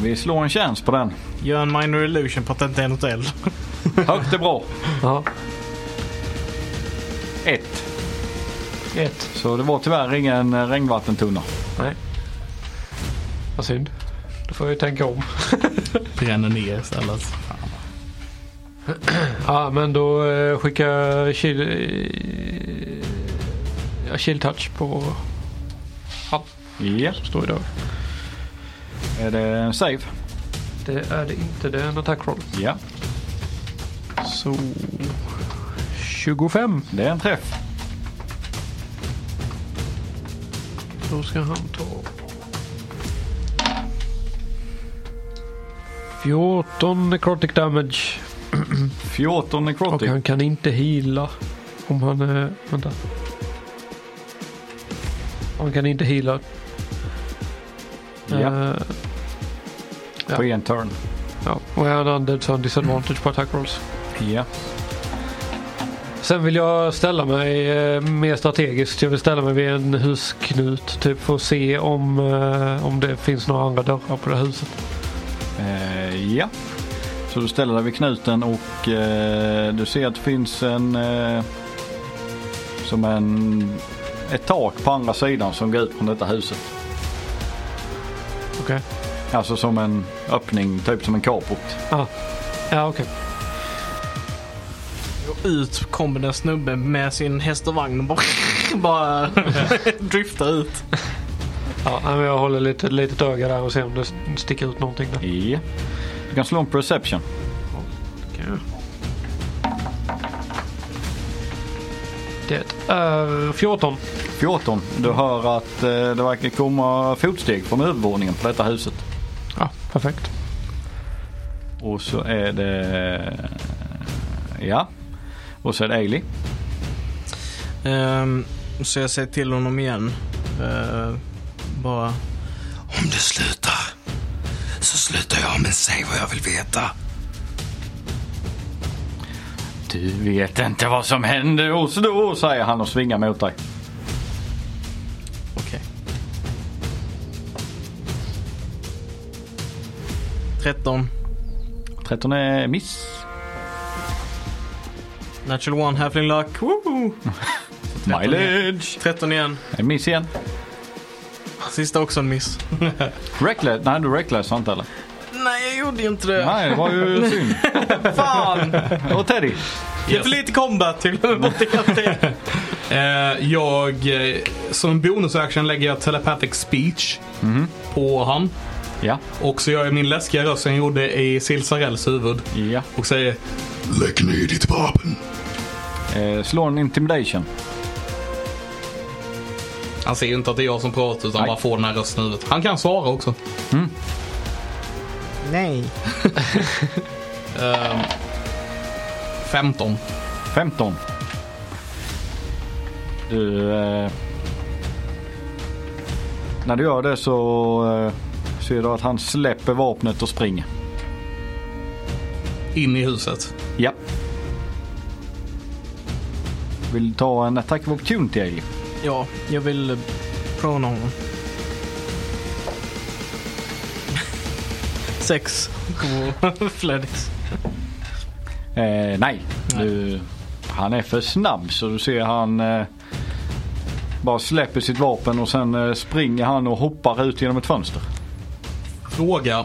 D: vi slår en chans på den.
B: Gör en minor illusion på att det inte är något eld.
D: Högt är bra.
C: Ja,
D: Ett.
C: ett.
D: Så det var tyvärr ingen eh, regnvattentunna.
C: Nej. Vad synd. Då får jag ju tänka om.
A: Bränner ner istället.
C: Ja, men då eh, skickar jag chill, eh, ja, chill touch på han
D: Ja,
C: som står idag.
D: är det en save?
C: Det är det inte. Det är en attack roll.
D: Ja,
C: Så 25.
D: det är en träff.
C: Då ska han ta 14 necrotic damage.
D: 14
C: Och
D: necrotic.
C: han kan inte heala om han... eh, Vänta. Han kan inte heala.
D: Ja,
C: Eh,
D: på en turn.
C: ja. Och är han undead så har han disadvantage på attack rolls.
D: Ja.
C: Sen vill jag ställa mig eh, mer strategiskt. Jag vill ställa mig vid en husknut. Typ för att se om, eh, om det finns några andra dörrar på det här huset.
D: Eh, ja. Så du ställer dig vid knuten och eh, du ser att det finns en eh, som en ett tak på andra sidan som går ut från detta huset.
C: Okej.
D: Alltså som en öppning, typ som en carport.
C: Ja, okej.
B: Ut kommer den snubben med sin häst och vagn och bara, bara driftar ut.
C: Ja, men jag håller lite litet öga där och ser om det sticker ut någonting där.
D: Ja. Du kan slå en perception.
C: Det är eh, 14.
D: 14. Du hör att eh, det verkar komma fotsteg från övervåningen på detta huset.
C: Ja, perfekt.
D: Och så är det... Ja. Och så är det Ailey.
B: Ehm, så jag säger till honom igen. Eh, bara,
E: Om du slutar så slutar jag, men säg vad jag vill veta.
D: Du vet inte vad som hände oss då, säger han och svingar mot dig.
B: okej. 13.
D: 13 är miss.
B: Natural one, halfling luck. Woo!
D: Mileage.
B: 13 igen.
D: En miss igen.
B: Sista också en miss.
D: Reckless. Nej, du reckless inte eller?
B: Nej, jag gjorde ju inte det.
D: Nej, det var ju synd.
B: Fan!
D: Och Teddy.
B: Det är för lite combat. Jag glömmer bort det hela tiden.
A: Eh, jag, eh, som en bonusaction lägger jag telepathic speech
B: Mhm.
A: på han.
D: Ja,
A: Och så gör jag min läskiga röst som jag gjorde i Silsarells huvud.
D: ja.
A: Och säger
E: Lägg ner ditt vapen.
D: Eh, slå en intimidation.
A: Han ser ju inte att det är jag som pratar utan
D: Nej. Mm.
A: bara får den här rösten i huvudet. Han kan svara också.
B: Nej.
A: Ehm, 15.
D: 15. Du... Eh, när du gör det så eh, ser du att han släpper vapnet och springer.
A: In i huset.
D: Ja. Vill du ta en attack of opportunity Ailey?
B: Ja, jag vill eh, prona honom. Sex. På Fledix.
D: Eh, nej. Du, han är för snabb så du ser han eh, bara släpper sitt vapen och sen eh, springer han och hoppar ut genom ett fönster.
A: Fråga.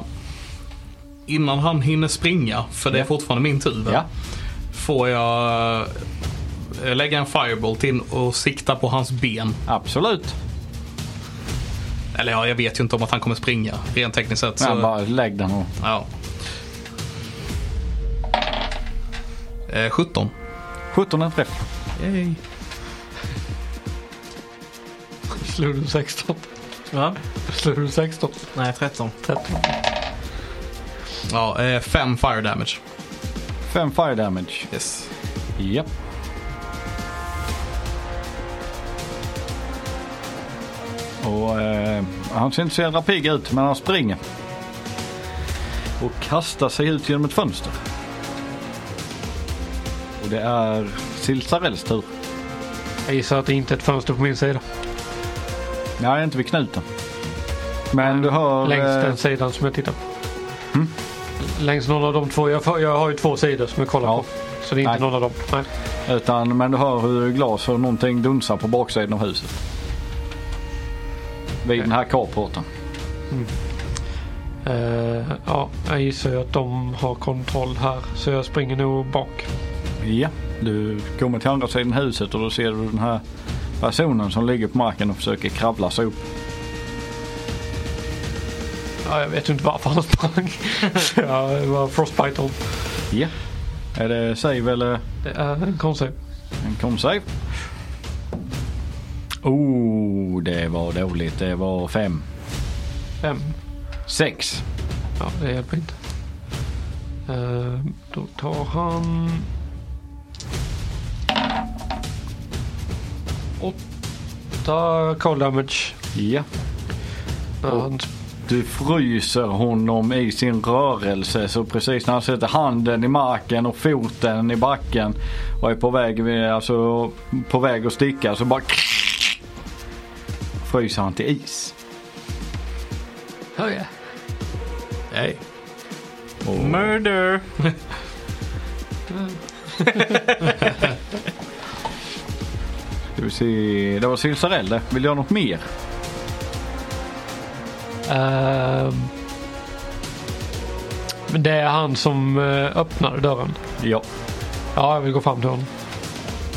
A: Innan han hinner springa, för det är
D: Ja.
A: fortfarande min tur. va?
D: Ja.
A: Får jag eh, lägga en firebolt in och sikta på hans ben.
D: Absolut.
A: Eller ja, jag vet ju inte om att han kommer springa rent tekniskt sett.
D: Så...
A: Så,
D: Han bara lägg den och
A: ja. Eh, 17.
D: 17 är en träff.
A: Yay.
C: Slog du 16?
B: Va?
C: Slog du 16?
B: Nej, 13.
C: 13?
A: Ja, 5 fire damage.
D: 5 fire damage.
A: Yes.
D: Japp. Och eh, han ser inte så jädra pigg ut men han springer. Och kastar sig ut genom ett fönster. Och det är Silsarells tur.
C: Jag gissar att det inte är ett fönster på min sida.
D: Nej, inte vid knuten. Men du hör...
C: Längs
D: eh,
C: den sidan som jag tittar på.
D: Mm.
C: Längs någon av de två. Jag, får- jag har ju två sidor som jag kollar
D: Ja.
C: på. Så det är inte
D: Nej.
C: någon av dem. Nej.
D: Utan, men du hör hur glas och någonting dunsar på baksidan av huset. Vid den här carporten.
C: Eh, ja, jag gissar ju att de har kontroll här. Så jag springer nog bak.
D: Ja, du kommer till andra sidan huset och då ser du den här personen som ligger på marken och försöker kravla sig upp.
C: Ja, jag vet ju inte varför han sprang. så jag var frostbite om.
D: Ja. Är det save eller
C: Det är Eh, en konstig.
D: en com-save? Oh, det var dåligt. Det var fem.
C: Fem.
D: Sex.
C: Ja, det hjälper inte. Eh, Då tar han... Åtta cold damage.
D: Ja.
C: när
D: Och-
C: han
D: Du fryser honom i sin rörelse så precis när han sätter handen i marken och foten i backen och är på väg, alltså, på väg att sticka så bara fryser han till is.
A: Nej.
B: Murder!
D: Ska vi se. Det var Silsarell det. Vill du ha något mer?
C: Ehm. Men det är han som eh, öppnar dörren.
D: Ja.
C: Ja, jag vill gå fram till honom.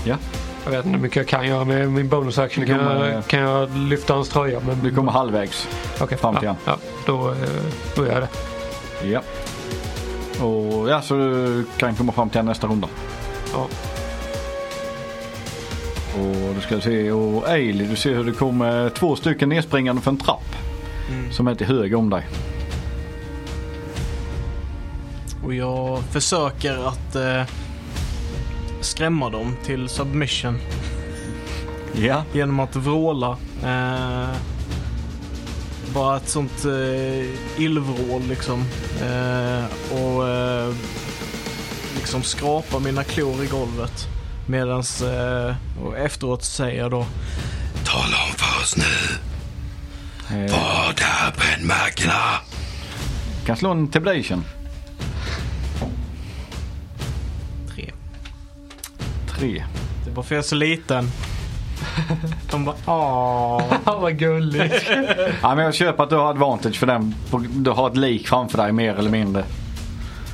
D: Ja.
C: Jag vet inte hur mycket jag kan göra med min bonus action. Kan,
D: Du kommer-
C: jag, kan jag lyfta hans tröja? Men,
D: Du kommer halvvägs.
C: Okej,
D: fram till
C: ja,
D: han.
C: ja, då, eh, då gör jag det.
D: Ja. Och ja, så du kan komma fram till nästa runda.
C: Ja.
D: Och du ska se, och Ailey, du ser hur det kommer två stycken nedspringande för en trapp. Som är till höger om dig.
B: Och jag försöker att eh, skrämma dem till submission
D: Ja.
B: genom att vråla. Eh, bara ett sånt eh, illvrål liksom. Eh, och eh, liksom skrapa mina klor i golvet. Medans, eh, och efteråt säger jag då
E: Tala om för oss nu.
D: Eh.
E: Vad är brännmärkena?
D: Kan slå en tablation.
B: tre.
D: Tre.
B: Det var för jag är så liten. De bara "Ah." åh.
C: Han var gullig.
D: Ja, men jag köper att du har advantage för den. Du har ett lik framför dig mer eller mindre.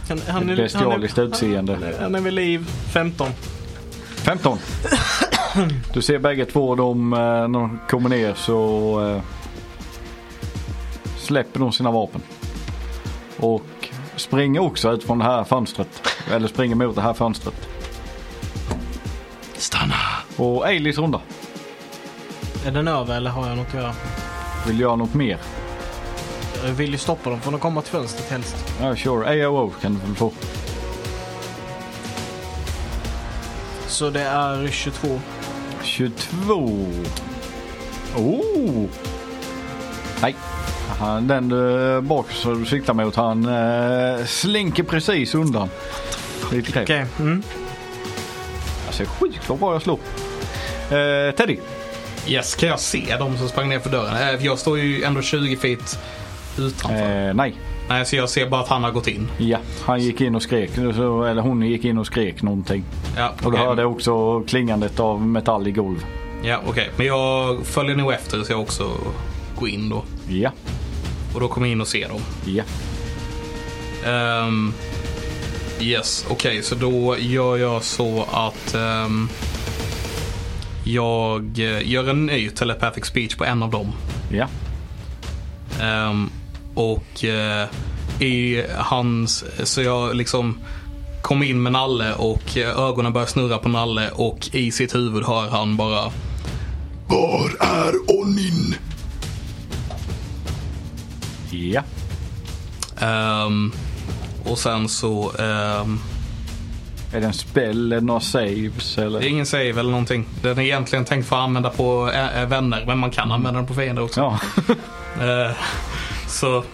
B: Han, han, är, han,
D: Bestialiskt
B: är,
D: utseende.
B: han är vid liv 15.
D: 15. Du ser bägge två de, eh, när de kommer ner så eh, släpper de sina vapen. Och springer också ut från det här fönstret. Eller springer mot det här fönstret.
E: Stanna.
D: Och Eilis runda.
B: Är den över eller har jag något att göra?
D: Vill göra något mer?
B: Jag vill ju stoppa dem från att komma till fönstret helst.
D: Ja, sure. AOO kan du väl få.
B: Så det är 22.
D: 22. Oh! Nej. Han- Den du eh, bak som du siktar mot han eh, slinker precis undan. Lite kräft.
B: Okej. Mm.
D: Alltså sjukt vad bra jag slår. Eh, Teddy.
A: Yes, kan jag se de som sprang ner för dörren? Eh, för Jag står ju ändå 20 feet utanför.
D: Eh, nej.
A: Nej, så jag ser bara att han har gått in.
D: Ja, han gick in och skrek. Så- Eller hon gick in och skrek någonting.
A: Ja,
D: Och du
A: okej.
D: hörde också klingandet av metall i golv.
A: Ja, okej. Men jag följer nog efter så jag också går in då.
D: Ja,
A: Och då kommer jag in och ser dem.
D: ja.
A: Ehm, yes, okej. så då gör jag så att ehm, jag eh, gör en ny telepathic speech på en av dem.
D: Ja,
A: Ehm, och eh, i hans, så jag liksom kom in med Nalle och eh, ögonen börjar snurra på Nalle och i sitt huvud hör han bara
E: Var är Onin?
D: ja.
A: ehm, och sen så ehm,
D: Är det en spell? Är det några saves?
A: Det är
D: Eller?
A: ingen save eller någonting. Den är egentligen tänkt för att använda på ä- ä, vänner, men man kan använda den på fiender också.
D: Ja,
A: Eh, så.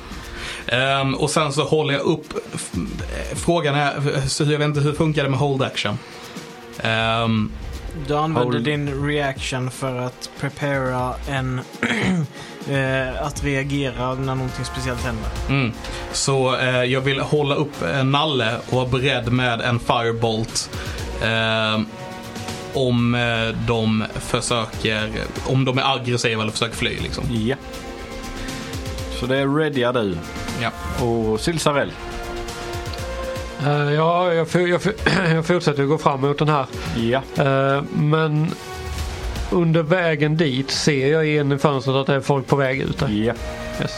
A: Ehm, och sen så håller jag upp... f- eh, Frågan är, så jag vet inte hur funkar det med hold action? Ehm,
B: Du använder
D: Hold.
B: din reaction för att prepara en... eh, att reagera när någonting speciellt händer.
A: mm. Så eh, jag vill hålla upp en nalle och vara beredd med en firebolt. ehm, om eh, de försöker, om de är aggressiva eller försöker fly liksom.
D: ja. Så det är readya du.
A: Ja.
D: Och Silsarell.
C: Eh, ja, jag, för, jag, för, jag fortsätter att gå fram mot den här.
D: Ja.
C: Eh, men under vägen dit ser jag genom fönstret att det är folk på väg ut. Där.
D: Ja.
C: Yes.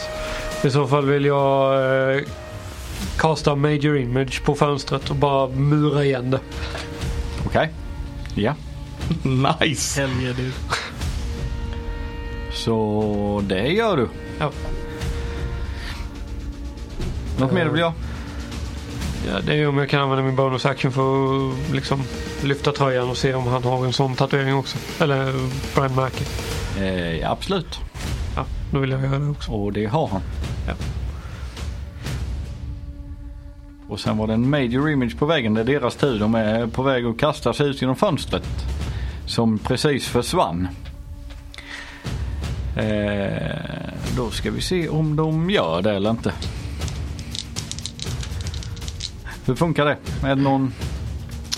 C: I så fall vill jag eh, kasta major image på fönstret och bara mura igen det.
D: Okej. Ja.
A: Nice!
B: Helge du.
D: Så det gör du.
C: Ja.
D: Något mer du vill göra?
C: Ja, det är om jag kan använda min bonus action för att liksom lyfta tröjan och se om han har en sån tatuering också. Eller brandmärke.
D: Eh, ja, absolut.
C: Ja, då vill jag göra det också.
D: Och det har han.
C: Ja.
D: Och sen var det en major image på väggen. Det är deras tur. De är på väg att kasta sig ut genom fönstret. Som precis försvann. Eh, då ska vi se om de gör det eller inte. Hur funkar det? Är det någon...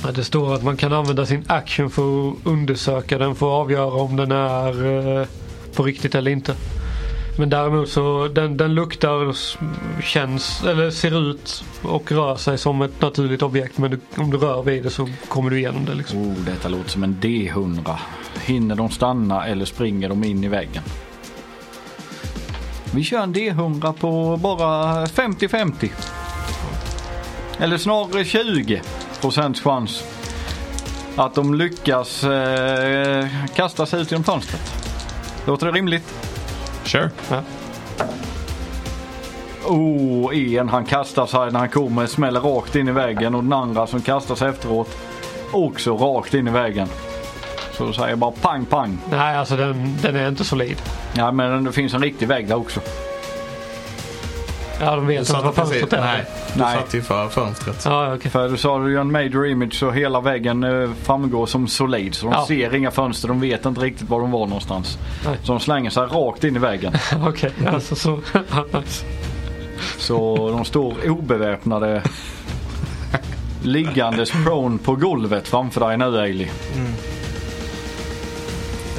C: Ja, det står att man kan använda sin action för att undersöka den för att avgöra om den är eh, på riktigt eller inte. Men däremot så den, den luktar och s- känns eller ser ut och rör sig som ett naturligt objekt men du, om du rör vid det så kommer du igenom det. Liksom.
D: Oh, detta låter som en D100. Hinner de stanna eller springer de in i väggen? Vi kör en D100 på bara 50-50. Eller snarare 20 procents chans att de lyckas eh, kasta sig ut genom fönstret. Låter det rimligt?
A: Sure.
D: Oh, en han kastar sig när han kommer smäller rakt in i väggen och den andra som kastar sig efteråt också rakt in i väggen. Så då säger jag bara pang pang.
C: Nej, alltså den, den är inte solid.
D: Ja men det finns en riktig vägg där också.
C: Ja, de vet inte vad fönstret är.
A: nej, du
D: Nej.
A: satt ju för fönstret.
C: Ja, okej.
D: För du sa du ju en major image så hela väggen eh, framgår som solid. Så de
C: Ja.
D: ser inga fönster, de vet inte riktigt var de var någonstans.
C: Nej.
D: Så de slänger sig rakt in i väggen.
C: Okej, alltså så. nice.
D: Så de står obeväpnade liggandes prone på golvet framför dig nu Ailey.
C: Mm.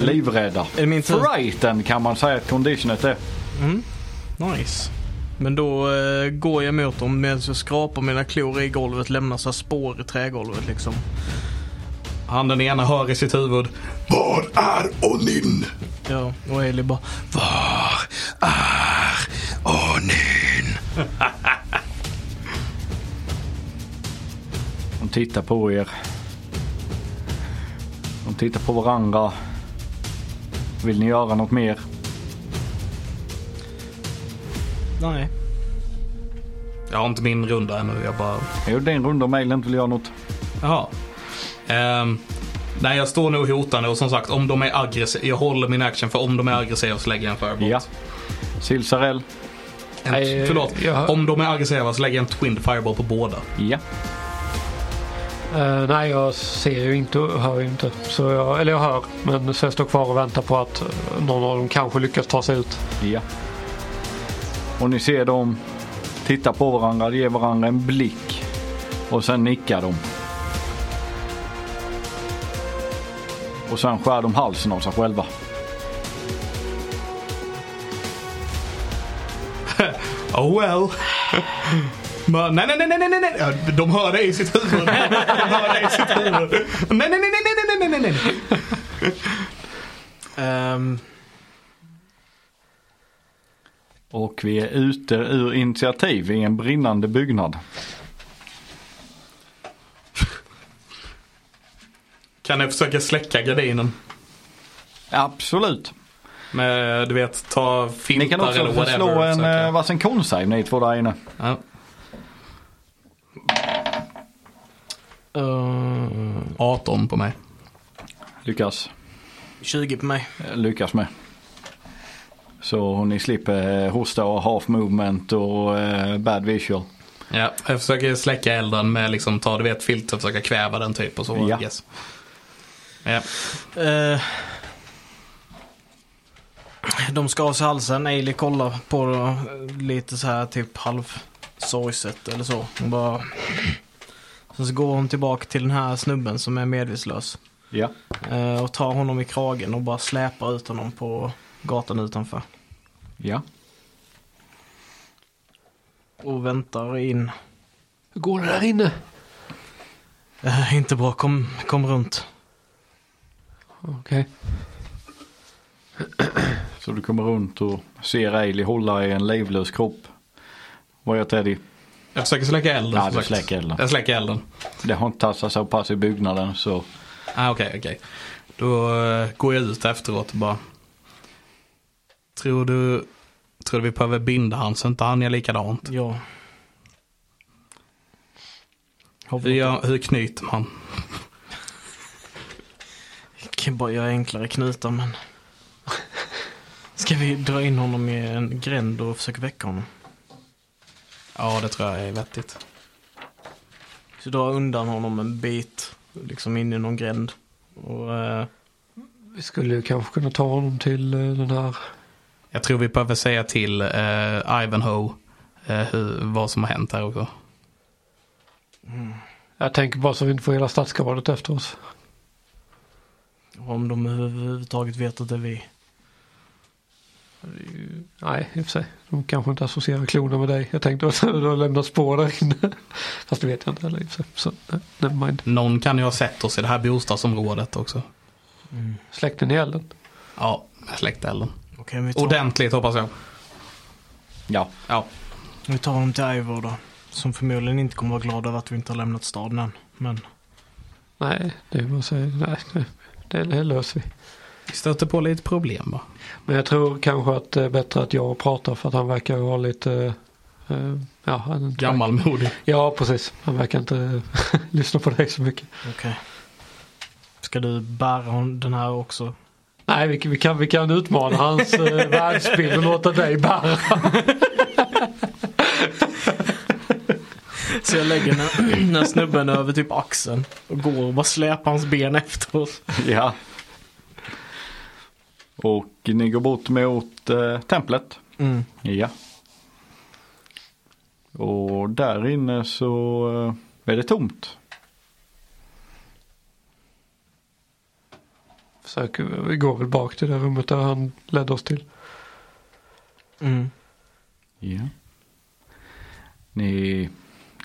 D: Livrädda.
B: Är det min tur?
D: Frighten kan man säga att conditionet är.
B: Nice. Men då eh, går jag mot dem medan jag skrapar mina klor i golvet, lämnar så här spår i trägolvet liksom.
A: Han den ena hör i sitt huvud.
E: Var är Olin?
B: Ja, och Eli bara
E: Var är Olin?
D: De tittar på er. De tittar på varandra. Vill ni göra något mer?
B: nej.
A: Jag har inte min runda ännu. Jag bara...
D: Jag gjorde en runda om mailen, inte vill göra något.
A: Jaha. Ehm, nej, jag står nog hotande och som sagt om de är aggressiva. Jag håller min action för om de är aggressiva så lägger jag en firebolt.
D: Ja. Silsarell.
A: En,
D: eh,
C: Nej,
A: förlåt.
C: jag-
A: Om de är aggressiva så lägger jag en twin fireball på båda.
D: Ja.
C: Eh, nej, jag ser ju inte och hör ju inte. Så jag, eller jag hör, men så jag står kvar och väntar på att eh, någon av dem kanske lyckas ta sig ut.
D: Ja. Och ni ser dem titta på varandra, ge varandra en blick. Och sen nickar de. Och sen skär de halsen av sig själva.
A: Oh well. Men, nej, nej, nej, nej, nej, nej, nej. Ja, De hör det i sitt huvud. De hör det i sitt huvud. Nej, nej, nej, nej, nej, nej, nej, nej, nej.
B: Ehm,
D: Och vi är ute ur initiativ i en brinnande byggnad.
A: Kan jag försöka släcka gardinen?
D: Absolut.
A: Med, du vet, ta
D: Ni kan
A: filtar
D: också
A: eller
D: få
A: whatever.
D: slå en
A: försöka.
D: eh, varsin konsave ni två där inne.
A: ja.
B: eh,
A: 18 på mig.
D: Lyckas.
B: 20 på mig.
D: eh, lyckas med. Så ni slipper eh, hosta och half movement och eh, bad visual.
A: Ja, jag försöker släcka elden med liksom ta, du vet, filter och försöka kväva den typ och så.
D: Ja.
A: Yes. Ja.
B: Eh, de ska av sig halsen. Ailey kollar på det, eh, lite så här typ halv sorgset eller så. Hon bara... Sen så går hon tillbaka till den här snubben som är medvetslös.
D: Ja.
B: Eh, och tar honom i kragen och bara släpar ut honom på gatan utanför.
D: Ja.
B: Och väntar in.
C: Hur går det där inne?
B: Eh, inte bra, kom, kom runt.
C: Okej.
D: Så du kommer runt och ser Ailey hålla i en livlös kropp. Vad gör Teddy?
A: Jag försöker släcka elden.
D: Ja,
A: som
D: du
A: sagt.
D: släcker elden.
A: Jag släcker elden.
D: Det har inte tassat så pass i byggnaden så
A: Ah, okej, okej. Då eh, går jag ut efteråt och bara. Tror du, tror du vi behöver binda han så inte han gör likadant?
B: Ja.
A: Hur, gör, hur knyter man?
B: Jag kan bara göra enklare knutar men... Ska vi dra in honom i en gränd och försöka väcka honom?
A: Ja, det tror jag är vettigt.
B: Så dra undan honom en bit, liksom in i någon gränd. Och, eh,
C: Vi skulle ju kanske kunna ta honom till eh, den här.
A: Jag tror vi behöver säga till eh, Ivanhoe eh, hur, vad som har hänt här också.
C: Jag tänker bara så vi inte får hela stadsgardet efter oss.
B: om de överhuvudtaget vet att det är vi.
C: Nej, i och för sig. De kanske inte associerar kloner med dig. Jag tänkte att du har lämnat spår där inne. Fast det vet jag inte heller i och för sig. Så nej, never mind.
A: Någon kan ju ha sett oss i det här bostadsområdet också.
C: Släckte ni elden?
A: Ja, med släktelden.
B: Okej, vi, tar,
A: Ordentligt hoppas jag.
D: Ja.
A: Ja.
B: vi tar honom till Ivor då. Som förmodligen inte kommer vara glad över att vi inte har lämnat staden än. Men
C: Nej, det är bara att säga. Nej, nej. Det, det löser vi.
A: Vi stötte på lite problem va?
C: Men jag tror kanske att det är bättre att jag pratar för att han verkar vara lite... eh, eh, ja, han är inte-
A: Gammalmodig.
C: Ja, precis. Han verkar inte lyssna på dig så mycket.
B: okej. Ska du bära hon- den här också?
C: Nej, vi, vi, kan, vi kan utmana hans eh, världsbild och låta dig bära.
B: Så jag lägger den, den här snubben över typ axeln och går och bara släpar hans ben efter oss.
D: ja. Och ni går bort mot eh, templet.
B: Mm.
D: Ja. Och där inne så eh, är det tomt.
C: Försöker, vi går väl bak till det rummet där han ledde oss till.
B: Mm.
D: Ja. Ni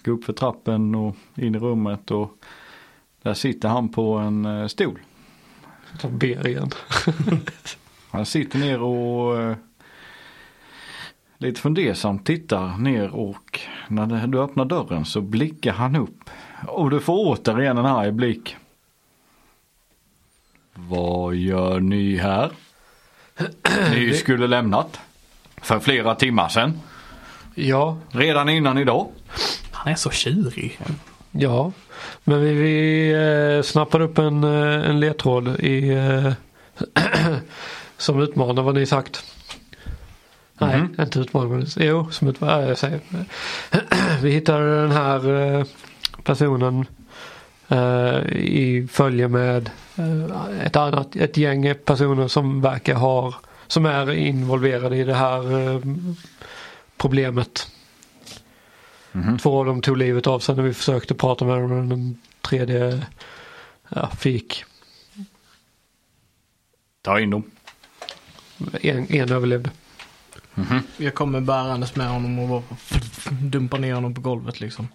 D: går upp för trappen och in i rummet och där sitter han på en eh, stol.
C: Han ber igen.
D: Han sitter ner och eh, lite fundersamt tittar ner och när det- du öppnar dörren så blickar han upp. Och du får återigen en arg blick. Vad gör ni här? Ni skulle lämnat för flera timmar sedan.
C: Ja,
D: Redan innan idag.
A: Han är så tjurig.
C: ja. Men vi, vi eh, snappade upp en, eh, en ledtråd i, eh, som utmanar vad ni sagt. Nej,
D: Mhm.
C: inte utmanar. men- Jo, som utmanar. Jag säger. vi hittade den här eh, personen eh, i följe med eh, ett annat ett gäng personer som verkar ha som är involverade i det här eh, problemet. Två av dem tog livet av sig när vi försökte prata med dem. men Den tredje ja, fick.
D: Ta in dem.
C: En, en överlevde.
B: Jag kommer bärandes med honom och bara dumpa ner honom på golvet liksom.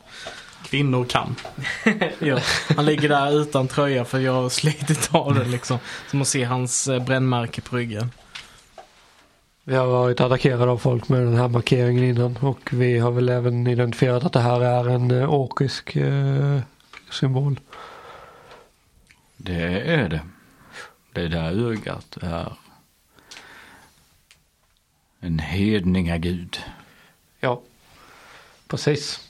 A: Kvinnor kan.
B: Ja, han ligger där utan tröja för jag har slitit av den liksom. Så man ser hans eh, brännmärke på ryggen.
C: Vi har varit attackerade av folk med den här markeringen innan och vi har väl även identifierat att det här är en eh, orkisk eh, symbol.
D: Det är det. Det där ögat är en hedningagud.
C: Ja, precis.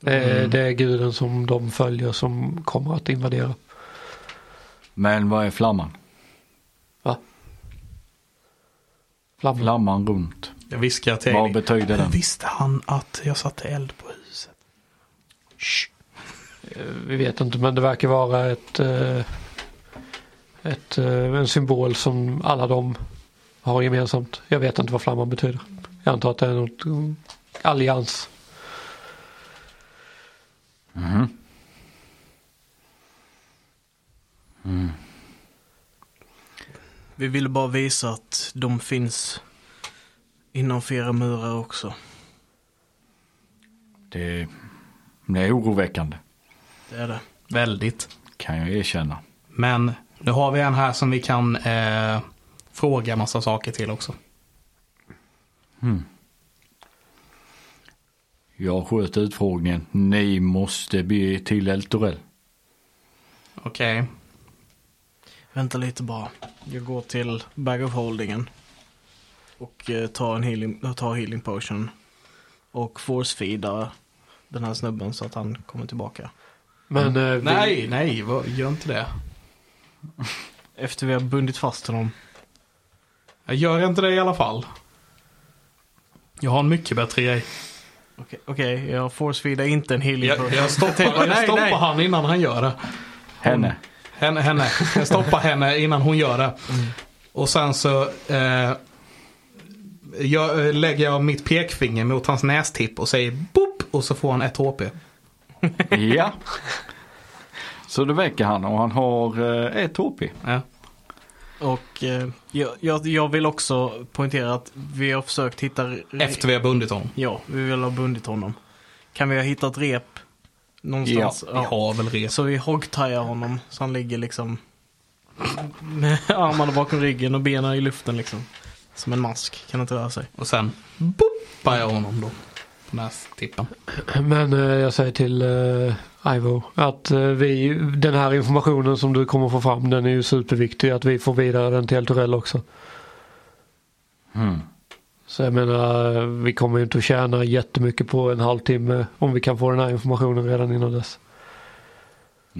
C: Det är, det är guden som de följer som kommer att invadera.
D: Men vad är flamman?
C: Va? Flamman.
D: Flamman runt.
A: Jag viskar till
D: Vad
A: Eileen. Hur
D: betyder den?
A: visste han att jag satte eld på huset?
C: Vi vet inte men det verkar vara ett, eh, ett, eh, en symbol som alla de har gemensamt. Jag vet inte vad flamman betyder. Jag antar att det är något mm, allians.
B: Vi ville bara visa att de finns innanför era murar också.
D: Det är, det är oroväckande
B: Det är det.
A: Väldigt.
D: kan jag erkänna.
A: Men nu har vi en här som vi kan eh, fråga massa saker till också.
D: Jag sköt utfrågningen. Ni måste be till Eltorell.
A: Okej.
B: Vänta lite bara. Jag går till Bag of Holdingen. Och eh, tar en healing, tar healing potion. Och force feedar den här snubben så att han kommer tillbaka.
C: Men eh, vi,
A: Nej, nej, vad, gör inte det.
B: Efter vi har bundit fast honom.
A: Jag gör inte det i alla fall. Jag har en mycket bättre grej.
B: Okej, okej, jag forcefeedar inte en healing
A: Jag,
B: potion.
A: jag stoppar,
B: tänkte,
A: jag
B: nej,
A: stoppar
B: nej.
A: han innan han gör det.
D: Henne.
A: Henne, henne. Jag stoppar henne innan hon gör det. Och sen så eh, jag, eh, lägger jag mitt pekfinger mot hans nästipp och säger boop och så får han ett HP.
D: Ja. Så det väcker han och han har eh, ett HP.
A: Ja.
B: Och eh, jag, jag, jag vill också poängtera att vi har försökt hitta... re-
A: Efter vi har bundit honom.
B: Ja, vi vill ha bundit honom. Kan vi ha hittat rep någonstans?
A: Vi har väl res.
B: Så vi hoggtajar honom så han ligger liksom med armarna bakom ryggen och benen i luften liksom. Som en mask, kan inte röra sig.
A: Och sen boopar jag honom då. På nästippen.
C: men eh, jag säger till eh, Ivo att eh, vi, den här informationen som du kommer få fram den är ju superviktig att vi får vidare den till Eltorell också.
D: Mm.
C: Så jag menar eh, vi kommer ju inte att tjäna jättemycket på en halvtimme om vi kan få den här informationen redan innan dess.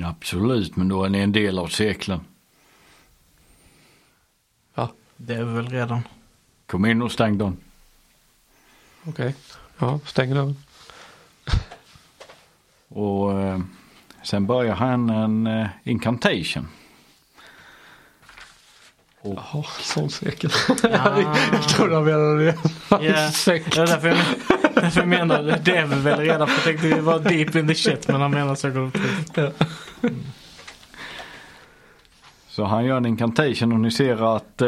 D: Absolut, men då är ni en del av cirkeln.
C: Ja,
B: Det är vi väl redan.
D: Kom in och stäng dörren.
C: okej. Ja, stäng dörren.
D: Och eh, sen börjar han en eh, incantation.
C: Jaha, sån cirkel. jag trodde han menade det.
B: Yeah.
C: Sekt.
B: Ah. Det är därför jag, därför jag menar, det är vi väl redan. För jag tänkte vi var deep in the shit men han menar circle of truth.
D: Så han gör en incantation och ni ser att eh,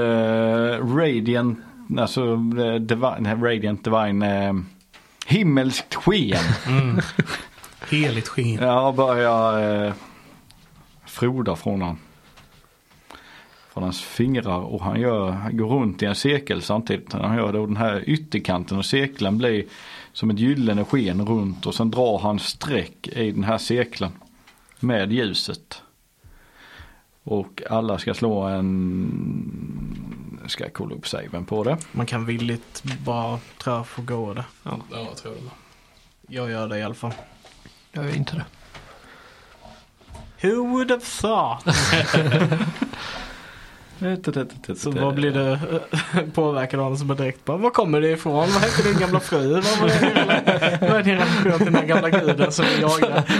D: Radiant, alltså eh, Divi- nej, Radiant Divine, eh, himmelskt sken.
A: Heligt sken.
D: Ja, börjar eh, froda från han. Från hans fingrar och han, gör, han går runt i en cirkel samtidigt. när Han gör det och den här ytterkanten och cirkeln blir som ett gyllene sken runt och sen drar han streck i den här cirkeln med ljuset. Och alla ska slå en, ska jag kolla upp saven på det.
B: Man kan villigt bara tror jag få gå det.
A: Ja, jag tror det. var.
B: Jag gör det i alla fall.
C: Jag gör inte det.
B: Who would have thought? Så vad blir Typ det påverkan av det som är direkt bara, var kommer det ifrån? Vad hette din gamla fru? Vad var det din lilla- Vad är din relation till den här gamla guden som vi jagar?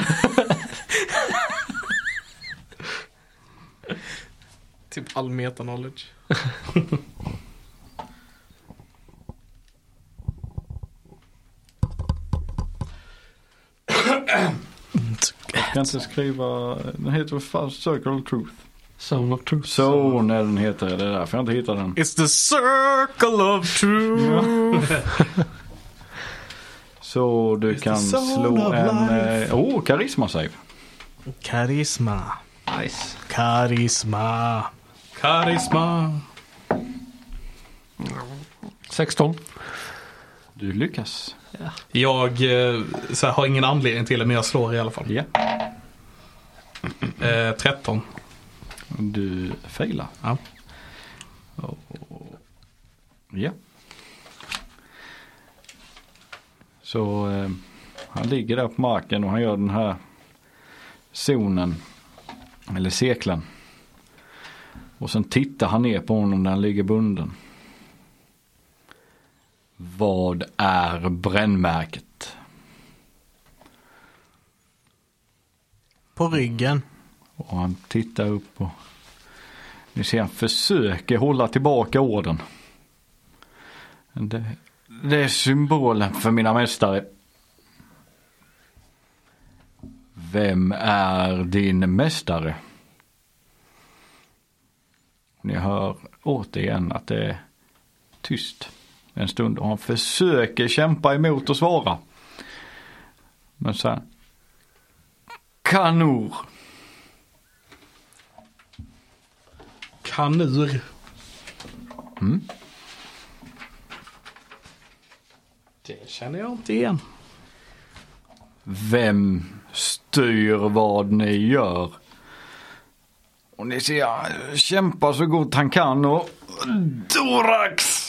B: typ all meta knowledge.
D: Jag kan inte skriva, den heter väl fan Circle of Truth.
C: Sound of truth.
D: Så när den heter, det är därför jag inte hittar den.
B: It's the circle of truth.
D: Så du
A: the
D: kan
A: soul
D: slå
A: of
D: en,
A: life.
D: eh, åh, karisma save.
B: Karisma.
C: Nice.
B: Karisma.
A: Karisma.
C: 16.
D: Du lyckas.
A: Jag eh, så här, har ingen anledning till det men jag slår i alla fall.
D: Ja.
A: Eh, 13.
D: Du failar.
A: Ja.
D: Ja. Så eh, han ligger där på marken och han gör den här zonen. Eller cirkeln. Och sen tittar han ner på honom där han ligger bunden. Vad är brännmärket?
B: På ryggen.
D: Och han tittar upp och ni ser han försöker hålla tillbaka orden. Men Det, det är symbolen för mina mästare. Vem är din mästare? Ni hör återigen att det är tyst en stund och han försöker kämpa emot och svara. Men sen. Kanor.
A: Kanur. Det känner jag inte igen.
D: Vem styr vad ni gör? Och ni ser, han kämpar så gott han kan och Dorax!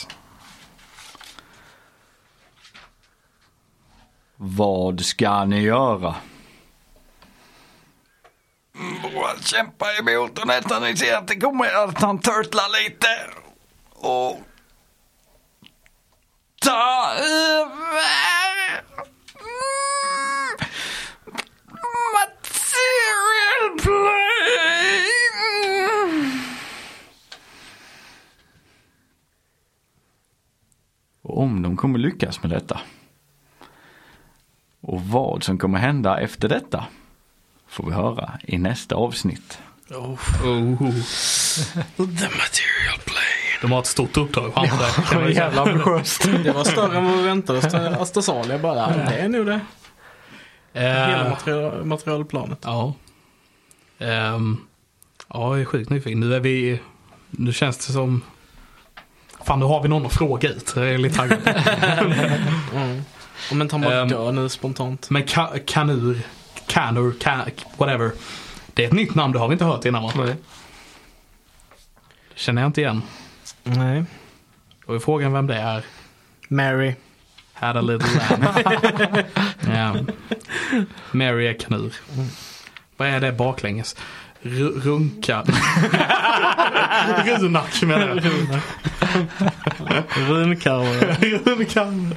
D: Vad ska ni göra? Kämpa emot och nästan ni ser att det kommer att han turtlar lite. Och ta över Mm. material plane. Och om de kommer lyckas med detta. Och vad som kommer hända efter detta får vi höra i nästa avsnitt.
A: Oh.
E: The material plane.
A: De har ett stort uppdrag framför sig. kan man ju säga.
C: Jävla ambitiöst.
B: Det var större än vad vi väntade oss. Astasalia bara, "Ah, det är nu det. Hela
A: Eh,
B: material, materialplanet.
A: Ja. Ehm, ja, jag är sjukt nyfiken. Nu är vi... Nu känns det som... Fan, nu har vi någon att fråga ut. Jag är lite taggad.
B: Mm. Ja, Men han bara
A: Ehm.
B: dör nu spontant.
A: Men ka- kanur, kanur, ka- whatever. Det är ett nytt namn, det har vi inte hört innan va?
C: Nej.
A: Känner jag inte igen.
B: Nej.
A: Och är frågan vem det är.
B: Mary.
A: Had a little lamb. yeah. Mary är kanur. Vad är det baklänges? Ru- runka. Runak menar jag.
B: Runkarvar.
A: Runkan.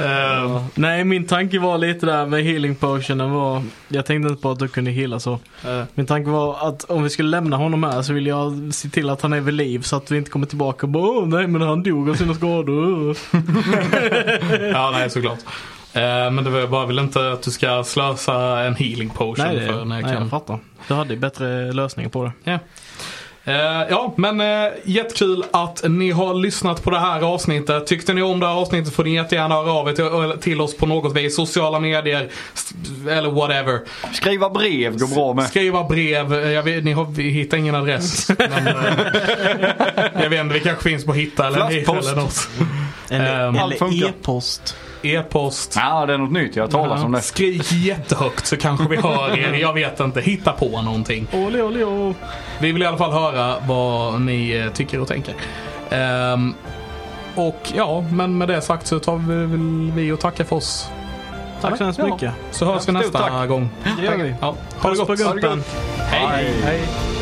A: Eh,
B: Ja. Ehm, Nej, min tanke var lite där med healing potionen var. Jag tänkte inte på att du kunde heala så.
A: eh,
B: Min tanke var att om vi skulle lämna honom här så vill jag se till att han är vid liv så att vi inte kommer tillbaka och bara "Åh, nej men han dog av sina skador.
A: ja, nej såklart. Eh, men det var, jag bara vill inte att du ska slösa en healing potion
B: Nej, det,
A: för när jag
B: nej
A: kan.
B: jag fattar. Du hade bättre lösningar på det.
A: Eh, ja, men eh, jättekul att ni har lyssnat på det här avsnittet. Tyckte ni om det här avsnittet får ni jättegärna höra av er till, till oss på något vis. Sociala medier st- eller whatever.
D: Skriva brev går bra med.
A: Skriva brev. Eh, Jag vet, ni har, vi hittar ingen adress. men, eh, jag vet inte, vi kanske finns på Hitta eller Hit
D: Flaskpost.
A: eller något.
B: Eller,
A: Ehm,
D: allt funkar.
B: eller e-post.
A: E-post.
D: Ja, det är något nytt. Jag talar om det.
A: Skrik jättehögt så kanske vi hör er. Jag vet inte. Hitta på någonting.
B: Olli, olli, olli.
A: Vi vill i alla fall höra vad ni eh, tycker och tänker. Ehm, och ja, men med det sagt så tar vi väl vi och tackar för oss.
B: Tack så hemskt
A: Ja.
B: mycket.
A: Så hörs vi
D: Ja, stort
A: nästa
D: tack.
A: gång.
B: Det gör vi.
A: Ja, ha det
B: Puss
A: gott.
B: på gumpen.
A: Hej.
D: Hej.
B: Hej.